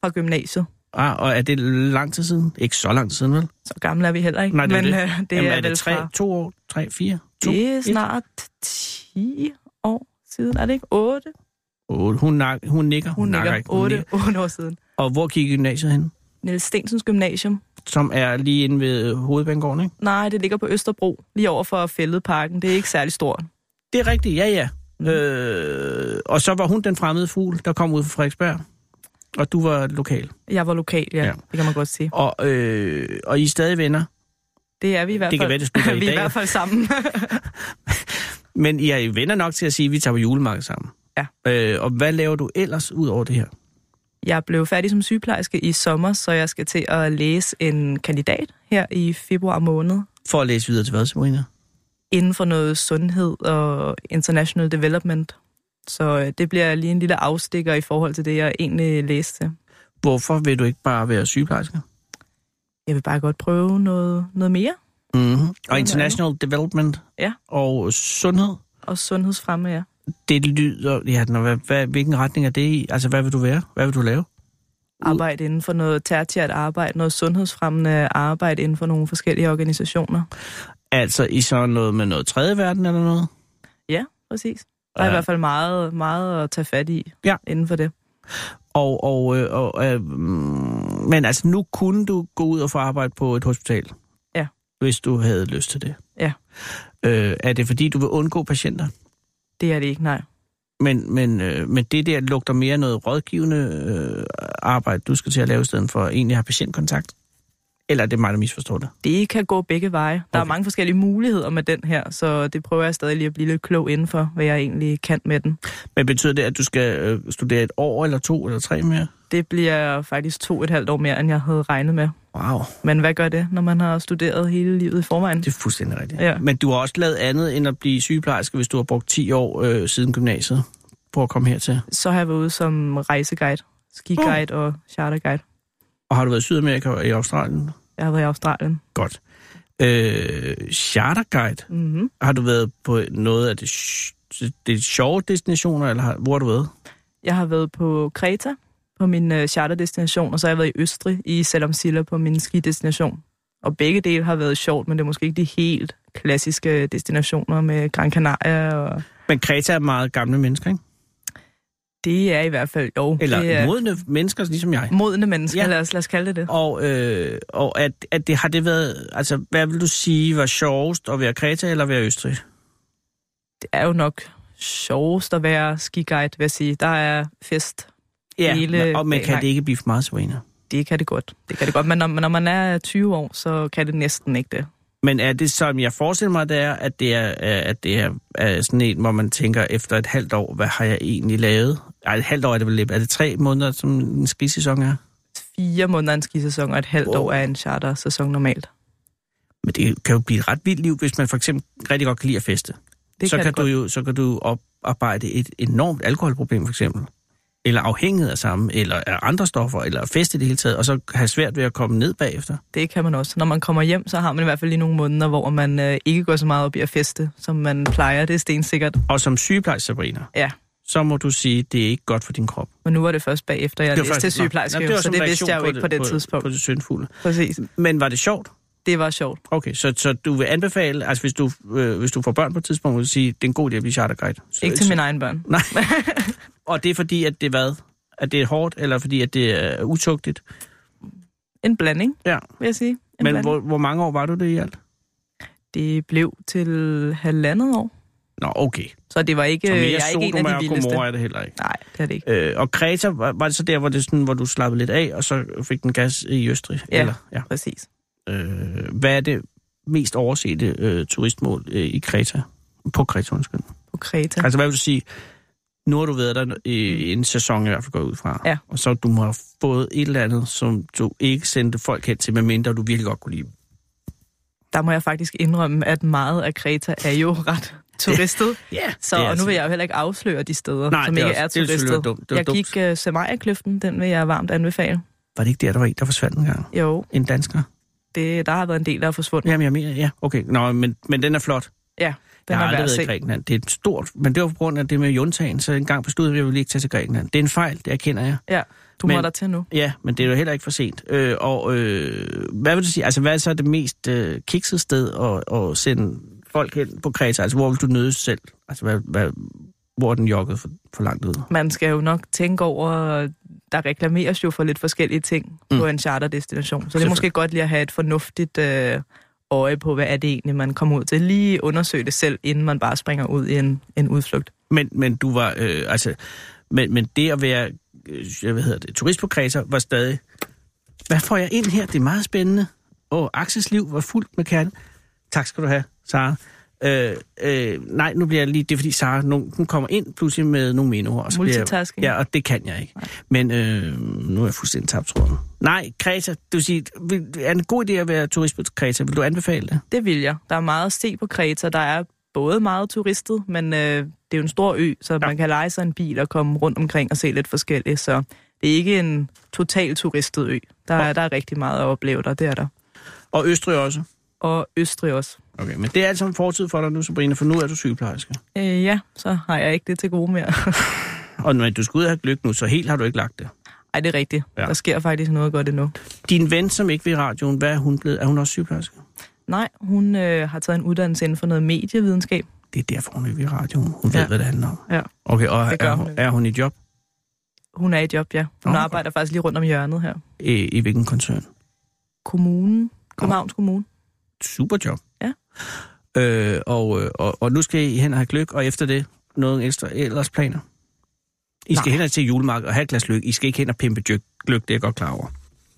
S9: fra gymnasiet.
S4: Ah, og er det lang tid siden? Ikke så lang tid siden, vel?
S9: Så gamle er vi heller ikke.
S4: Nej, det er
S9: men
S4: det.
S9: øh, det
S4: Jamen,
S9: er,
S4: er det
S9: vel
S4: tre,
S9: fra...
S4: to år, tre, fire, to,
S9: Det er
S4: et?
S9: snart 10 år siden. Er det ikke 8? Hun,
S4: Otte. Hun, nak, hun nikker. Hun, nakker
S9: nikker.
S4: ikke. Hun
S9: 8,
S4: nikker.
S9: 8 år siden.
S4: Og hvor gik gymnasiet hen?
S9: Niels Stensens Gymnasium.
S4: Som er lige inde ved øh, Hovedbanegården, ikke?
S9: Nej, det ligger på Østerbro, lige over for Fælledparken. Det er ikke særlig stort.
S4: Det er rigtigt, ja, ja.
S9: Mhm.
S4: Mm. Øh, og så var hun den fremmede fugl, der kom ud fra Frederiksberg. Og du var lokal.
S9: Jeg var lokal, ja.
S4: Ja.
S9: ja. Det kan man godt sige.
S4: Og, øh, og I er stadig venner.
S9: Det er vi i hvert
S4: Det kan
S9: fald.
S4: være, det skulle være i
S9: Vi er
S4: dag.
S9: i hvert fald sammen.
S4: Men I er jo venner nok til at sige, at vi tager på julemarked sammen.
S9: Ja.
S4: Øh, og hvad laver du ellers ud over det her?
S9: Jeg blev færdig som sygeplejerske i sommer, så jeg skal til at læse en kandidat her i februar måned
S4: For at læse videre til hvad, Sabrina?
S9: inden for noget sundhed og international development. Så øh, det bliver lige en lille afstikker i forhold til det, jeg egentlig læste.
S4: Hvorfor vil du ikke bare være sygeplejerske?
S9: Jeg vil bare godt prøve noget, noget mere,
S4: Mm-hmm. Og international development
S9: Ja.
S4: og sundhed.
S9: og sundhedsfremme, ja.
S4: det lyder... Ja, nå, hvad, hvad, hvilken retning er det i? Altså, hvad vil du være? Hvad vil du lave?
S9: Arbejde inden for noget tertiært arbejde, noget sundhedsfremmende arbejde inden for nogle forskellige organisationer.
S4: Altså, i sådan noget med noget tredje verden eller noget?
S9: Ja, præcis. Der er
S4: Ja.
S9: i hvert fald meget, meget at tage fat i
S4: Ja.
S9: inden for det.
S4: Og, og, øh, og øh, mm, men altså, nu kunne du gå ud og få arbejde på et hospital.
S9: Ja.
S4: Hvis du havde lyst til det.
S9: Ja.
S4: Øh, er det fordi, du vil undgå patienter?
S9: Det er det ikke, nej.
S4: Men, men, øh, men det der lugter mere noget rådgivende øh, arbejde, du skal til at lave i stedet for at egentlig have patientkontakt? Eller er det mig, der misforstår det?
S9: Det kan gå begge veje. Der er
S4: Okay.
S9: mange forskellige muligheder med den her, så det prøver jeg stadig lige at blive lidt klog inden for, hvad jeg egentlig kan med den.
S4: Men betyder det, at du skal øh, studere et år, eller to, eller tre mere?
S9: Det bliver faktisk to og et halvt år mere, end jeg havde regnet med.
S4: Wow,
S9: Men hvad gør det, når man har studeret hele livet i forvejen?
S4: det er fuldstændig rigtigt.
S9: Ja.
S4: Men du har også lavet andet end at blive sygeplejerske, hvis du har brugt 10 år øh, siden gymnasiet på at komme hertil.
S9: Så har jeg været ude som rejseguide, skiguide og charterguide.
S4: Og har du været i Sydamerika og i Australien?
S9: Jeg har været i Australien.
S4: Godt. Øh, charterguide,
S9: Mm-hmm.
S4: har du været på noget af det, sj- det sjove destinationer, eller har, hvor har du været?
S9: Jeg har været på Kreta på min øh, charterdestination, og så har jeg været i Østrig i Salam Silla på min skidestination. Og begge dele har været sjovt, men det er måske ikke de helt klassiske øh, destinationer med Gran Canaria. Og
S4: Men Kreta er meget gamle mennesker, ikke?
S9: det er i hvert fald, jo,
S4: Eller
S9: det er
S4: yeah. modne mennesker, ligesom jeg.
S9: modne mennesker,
S4: Ja.
S9: ja. lad, os, lad os kalde det det.
S4: Og, øh, og at, at det har det været... Altså, hvad vil du sige var sjovest at være Kreta eller være Østrig?
S9: Det er jo nok sjovest at være skiguide, vil jeg sige. Der er fest Hele
S4: og, men
S9: dagen
S4: kan
S9: lang.
S4: det ikke blive for meget, Sabrina?
S9: Det kan det godt. Det kan det godt, men når, når man er 20 år, så kan det næsten ikke det.
S4: Men er det, som jeg forestiller mig, det er, at det er, øh, at det er, er sådan en, hvor man tænker efter et halvt år, hvad har jeg egentlig lavet? Ej, et halvt år er det vel lidt. Er det tre måneder, som en skisæson er?
S9: Fire måneder er en skisæson, og et halvt
S4: Wow.
S9: wow. år er en charter-sæson normalt.
S4: Men det kan jo blive et ret vildt liv, hvis man for eksempel rigtig godt kan lide at feste.
S9: Det
S4: så
S9: kan,
S4: kan
S9: det
S4: du
S9: godt.
S4: jo så kan du oparbejde et enormt alkoholproblem for eksempel eller afhængighed af samme, eller af andre stoffer, eller af fest i det hele taget, og så have svært ved at komme ned bagefter.
S9: Det kan man også. Når man kommer hjem, så har man i hvert fald lige nogle måneder, hvor man øh, ikke går så meget op i at feste, som man plejer. Det er stensikkert.
S4: Og som sygeplejerske, Sabrina,
S9: Ja.
S4: så må du sige, det er ikke godt for din krop.
S9: Men nu var det først bagefter, jeg
S4: Det var
S9: læste til
S4: faktisk-
S9: sygeplejerske,
S4: Nå,
S9: Nå,
S4: var
S9: så
S4: som
S9: det
S4: reaktion
S9: vidste jeg jo ikke på det
S4: på,
S9: tidspunkt.
S4: På det syndfulde.
S9: Præcis.
S4: Men var det sjovt?
S9: Det var sjovt.
S4: Okay, så, så du vil anbefale, altså hvis du, øh, hvis du får børn på et tidspunkt, vil du sige, det er en god idé at blive charterguide. Så-
S9: Ikke til mine egne børn.
S4: Nej. og det er fordi, at det er hvad? At det er hårdt, eller fordi, at det er øh, utugtigt?
S9: En blanding,
S4: Ja.
S9: vil jeg sige. En
S4: Men
S9: blanding.
S4: hvor, hvor mange år var du det i alt?
S9: Det blev til halvandet år.
S4: Nå, okay.
S9: Så det var ikke,
S4: Så
S9: jeg
S4: mere
S9: er ikke en
S4: Sodoma
S9: af
S4: og
S9: de vildeste.
S4: Gomorra er det heller ikke.
S9: Nej, det er det ikke.
S4: Øh, og Kreta, var, var det så der, hvor, det sådan, hvor du slappede lidt af, og så fik den gas i Østrig?
S9: Ja.
S4: Eller, ja.
S9: Præcis.
S4: Øh, hvad er det mest oversete øh, turistmål øh, i Kreta? På Kreta, undskyld.
S9: På Kreta.
S4: Ja. Altså, hvad vil du sige? Nu har du været der øh, i en sæson, i hvert fald går jeg ud fra.
S9: Ja.
S4: Og så du må have fået et eller andet, som du ikke sendte folk hen til, medmindre du virkelig godt kunne lide. dem.
S9: Der må jeg faktisk indrømme, at meget af Kreta er jo ret turistet.
S4: Ja, det
S9: Så,
S4: er
S9: og nu
S4: altså-
S9: vil jeg jo heller ikke afsløre de steder,
S4: Nej,
S9: som
S4: det er
S9: ikke
S4: også-
S9: er
S4: det er selvfølgelig
S9: turistet.
S4: dumt. Det er
S9: jeg
S4: dumt.
S9: gik uh, Semaja-kløften, den vil jeg varmt anbefale.
S4: Var det ikke der, der var en, der forsvandt en gang?
S9: Jo,
S4: En dansker?
S9: det, der har været en del, der er forsvundet.
S4: Jamen, jeg mener, ja, okay. Nå, men, men den er flot.
S9: Ja, den
S4: jeg har
S9: er værd
S4: aldrig
S9: at
S4: været i
S9: se.
S4: Grækenland. Det er et stort, men det var på grund af det med juntaen, så en gang besluttede vi, at jeg ville ikke tage til Grækenland. Det er en fejl, det erkender jeg.
S9: Ja, du
S4: Men-
S9: må der til nu.
S4: Ja, men det er jo heller ikke for sent. Øh, og øh, hvad vil du sige, altså hvad er så det mest øh, kiksede sted at, at sende folk hen på Kreta? Altså hvor vil du nødes selv? Altså hvad, hvad, hvor er den jogget for, for langt ud?
S9: Man skal jo nok tænke over, der reklameres jo for lidt forskellige ting mm. på en charterdestination. Så det er måske godt lige at have et fornuftigt øh, øje på, hvad er det egentlig, man kommer ud til. Lige undersøge det selv, inden man bare springer ud i en, en udflugt.
S4: Men, men du var, øh, altså, men, men det at være, øh, hvad hedder det, turist på Kreta var stadig, hvad får jeg ind her? Det er meget spændende. Åh, Axels liv var fuldt med kærlighed. Tak skal du have, Sara. Øh, øh, nej, nu bliver jeg lige... Det er fordi, Sara nogen, hun kommer ind pludselig med nogle menuer. og så bliver jeg-
S9: Multitasking.
S4: Ja, og det kan jeg ikke. Men øh, nu er jeg fuldstændig tabt tråden. Nej, Kreta, du siger, vil, er det en god idé at være turist på Kreta? Vil du anbefale det?
S9: Det vil jeg. Der er meget at se på Kreta. Der er både meget turistet, men øh, det er jo en stor ø, så ja. man kan lege sig en bil og komme rundt omkring og se lidt forskelligt. Så det er ikke en total turistet ø. Der er, der er rigtig meget at opleve der, det er der.
S4: Og Østrig også.
S9: Og Østrig også.
S4: Okay, men det er alt sammen fortid for dig nu, Sabrina, for nu er du sygeplejerske.
S9: Øh, ja, så har jeg ikke det til gode mere.
S4: Og når du skal ud og have gløk nu, så helt har du ikke lagt det.
S9: Ej, det er rigtigt.
S4: Ja.
S9: Ja. Der sker faktisk noget godt endnu.
S4: Din ven, som ikke vil i radioen, hvad er hun blevet? Er hun også sygeplejerske?
S9: Nej, hun øh, har taget en uddannelse inden for noget medievidenskab.
S4: Det er derfor, hun ikke vil i radioen. Hun ja. ved,
S9: Ja.
S4: hvad det handler om.
S9: Ja.
S4: Okay, og
S9: Det gør
S4: er,
S9: hun
S4: hun,
S9: nemlig.
S4: er hun i job?
S9: Hun er i job, ja. Hun
S4: Nå,
S9: oh, arbejder faktisk lige rundt om hjørnet her.
S4: I, i hvilken koncern?
S9: Kommunen. Københavns Kommune.
S4: Super job.
S9: Ja.
S4: Øh, og, øh, og, og nu skal I hen og have gløk, og efter det noget ekstra ellers planer. I skal
S9: Nej.
S4: hen og til julemarked og have et glas løk. I skal ikke hen og pimpe gløk, gløk det er jeg godt klar over.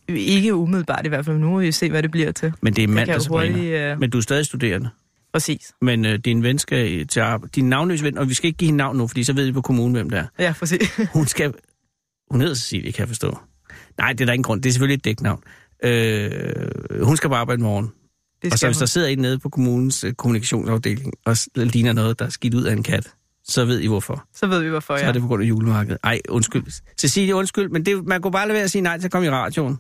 S9: Ikke umiddelbart i hvert fald. Nu må vi se, hvad det bliver til.
S4: Men det er
S9: Det kan
S4: mandag,
S9: jo
S4: Sabrina.
S9: hurtigt... Øh,
S4: Men du er stadig studerende.
S9: præcis.
S4: Men øh, din ven skal øh, til arbejde. Din navnløse ven, og vi skal ikke give hende navn nu, fordi så ved vi på kommunen, hvem det er.
S9: Ja, præcis.
S4: Hun skal... Hun hedder Cecilie, kan jeg forstå. Nej, det er der ingen grund. Det er selvfølgelig et dæknavn. Øh, hun skal bare arbejde i morgen. Og
S9: Det
S4: så
S9: skal
S4: hvis der
S9: hun.
S4: sidder en nede på kommunens øh, kommunikationsafdeling og s- ligner noget, der er skidt ud af en kat, så ved I hvorfor.
S9: Så ved vi, hvorfor
S4: Så er
S9: jeg...
S4: det på grund af julemarkedet. Ej, undskyld. Cecilie, undskyld, men det, man kunne bare lade være at sige nej til at komme i radioen.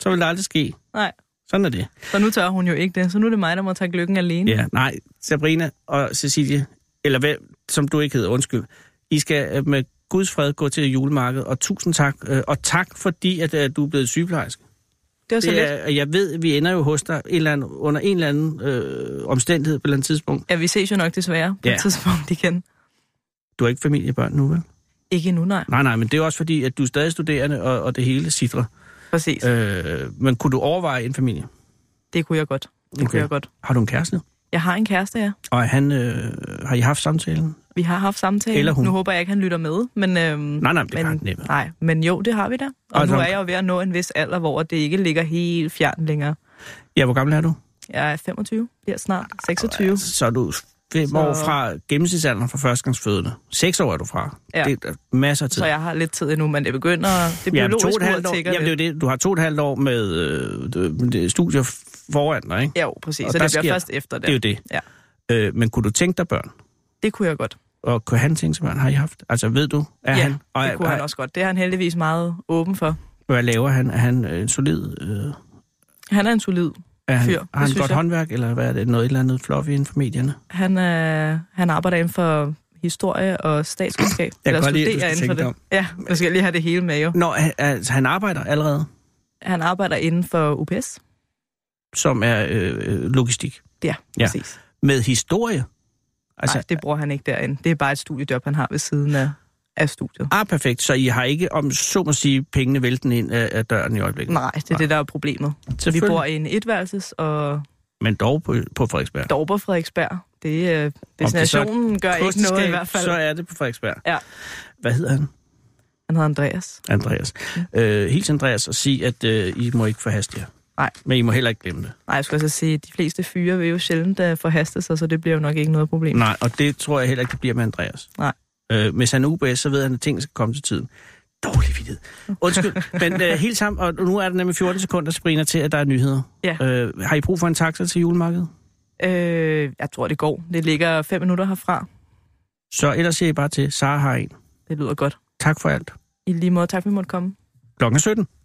S4: Så vil det aldrig ske.
S9: Nej,
S4: Sådan er det.
S9: så nu tør hun jo ikke det. Så nu er det mig, der må tage lykken alene.
S4: Ja, nej, Sabrina og Cecilie, eller hvad, som du ikke hedder, undskyld. I skal øh, med Guds fred gå til julemarkedet, og tusind tak. øh, Og tak, fordi at, øh, du er blevet sygeplejerske.
S9: Det var så
S4: Det
S9: lidt.
S4: er, jeg ved, vi ender jo hos dig en eller anden, under en eller anden øh, omstændighed på et eller andet tidspunkt.
S9: Ja, vi ses jo nok desværre på
S4: Ja.
S9: et tidspunkt igen.
S4: Du har ikke familiebørn nu, vel?
S9: Ikke endnu, nej.
S4: Nej, nej, men det er også fordi, at du er stadig studerende, og, og det hele sidder.
S9: Præcis.
S4: Øh, men kunne du overveje en familie?
S9: Det kunne jeg godt. Det
S4: Okay.
S9: kunne jeg godt.
S4: Har du en kæreste?
S9: Jeg har en kæreste, ja.
S4: Og er han, øh, har I haft samtalen?
S9: Vi har haft samtale.
S4: Eller hun.
S9: Nu håber jeg ikke, han lytter med. Men, øhm,
S4: Nej, nej, det
S9: men,
S4: kan han næppe.
S9: Nej, men jo, det har vi da. Og,
S4: Og
S9: nu
S4: så-
S9: er jeg jo ved at nå en vis alder, hvor det ikke ligger helt fjern længere.
S4: Ja, hvor gammel er du?
S9: Jeg er 25, bliver snart 26.
S4: Så er du fem
S9: Så-
S4: år fra gennemsnitsalderen for førstegangsfødende. Seks år er du fra.
S9: Ja.
S4: Det er masser af tid.
S9: Så jeg har lidt tid endnu, men det begynder... Det
S4: Ja, men to og
S9: biologiske
S4: et halvt
S9: ur
S4: år,
S9: tikker
S4: jamen, det er jo
S9: lidt.
S4: det. Du har to og et halvt år med øh, det- det- studier foran dig, ikke?
S9: Ja, jo, præcis.
S4: Og
S9: så
S4: der
S9: det bliver
S4: sker-
S9: først efter det.
S4: Det er jo det.
S9: Ja.
S4: Øh, men kunne du tænke dig børn?
S9: Det kunne jeg godt.
S4: Og kunne han tænke sig børn? Har I haft? Altså, ved du? Er
S9: ja,
S4: han, og
S9: det
S4: er-
S9: kunne
S4: er-
S9: han også godt. Det er han heldigvis meget åben for.
S4: Hvad laver han? Er han øh, en solid... Øh,
S9: Han er en solid
S4: er han,
S9: Fyr,
S4: har
S9: det
S4: han
S9: synes
S4: godt
S9: jeg.
S4: håndværk, eller hvad er det? Noget et eller andet fluffy inden for medierne?
S9: Han, øh, han arbejder inden for historie og statskundskab.
S4: kan
S9: Eller
S4: godt lide, at du
S9: studerer
S4: skal
S9: inden for
S4: tænke
S9: det. Ja, nu skal jeg lige have det hele med jo.
S4: Nå, han- altså, han arbejder allerede,
S9: Han arbejder inden for UPS.
S4: som er øh, øh, logistik,
S9: Ja,
S4: Ja.
S9: ja. præcis.
S4: med historie.
S9: Altså,
S4: Altså,
S9: Nej, det bruger han ikke derinde. Det er bare et studiejob, han har ved siden af, af studiet.
S4: Ah, perfekt. Så I har ikke, om så må sige, pengene vælten ind af, af døren i øjeblikket?
S9: Nej, det er det, der er problemet. Så vi
S4: Selvfølgelig.
S9: bor i en etværelses, og
S4: Men dog på, på Frederiksberg.
S9: Dorper Frederiksberg, det, øh,
S4: det så er
S9: destinationen gør ikke noget i hvert fald.
S4: Så er det på Frederiksberg.
S9: Ja.
S4: Hvad hedder han?
S9: Han hedder Andreas.
S4: Andreas.
S9: Mm.
S4: Øh, hils Andreas og sig, at øh, I må ikke forhaste jer.
S9: Nej.
S4: Men I må heller ikke glemme det.
S9: Nej, jeg skulle altså sige, at de fleste fyre vil jo sjældent uh, forhaste sig, så det bliver jo nok ikke noget problem.
S4: Nej, og det tror jeg heller ikke, det bliver med Andreas.
S9: Nej.
S4: Øh, hvis han er UBS, så ved han, at tingene skal komme til tiden. Dårlig vidighed. Undskyld, men øh, helt sammen, og nu er der nemlig 14 sekunder, Sabrina, til at der er nyheder.
S9: Ja.
S4: Øh, har I brug for en taxa til julemarkedet?
S9: Øh, jeg tror, det går. Det ligger fem minutter herfra.
S4: Så ellers siger I bare til, Sara har en.
S9: Det lyder godt.
S4: Tak for alt.
S9: I lige måde, tak for, at I måtte komme.
S4: Klokken er 17.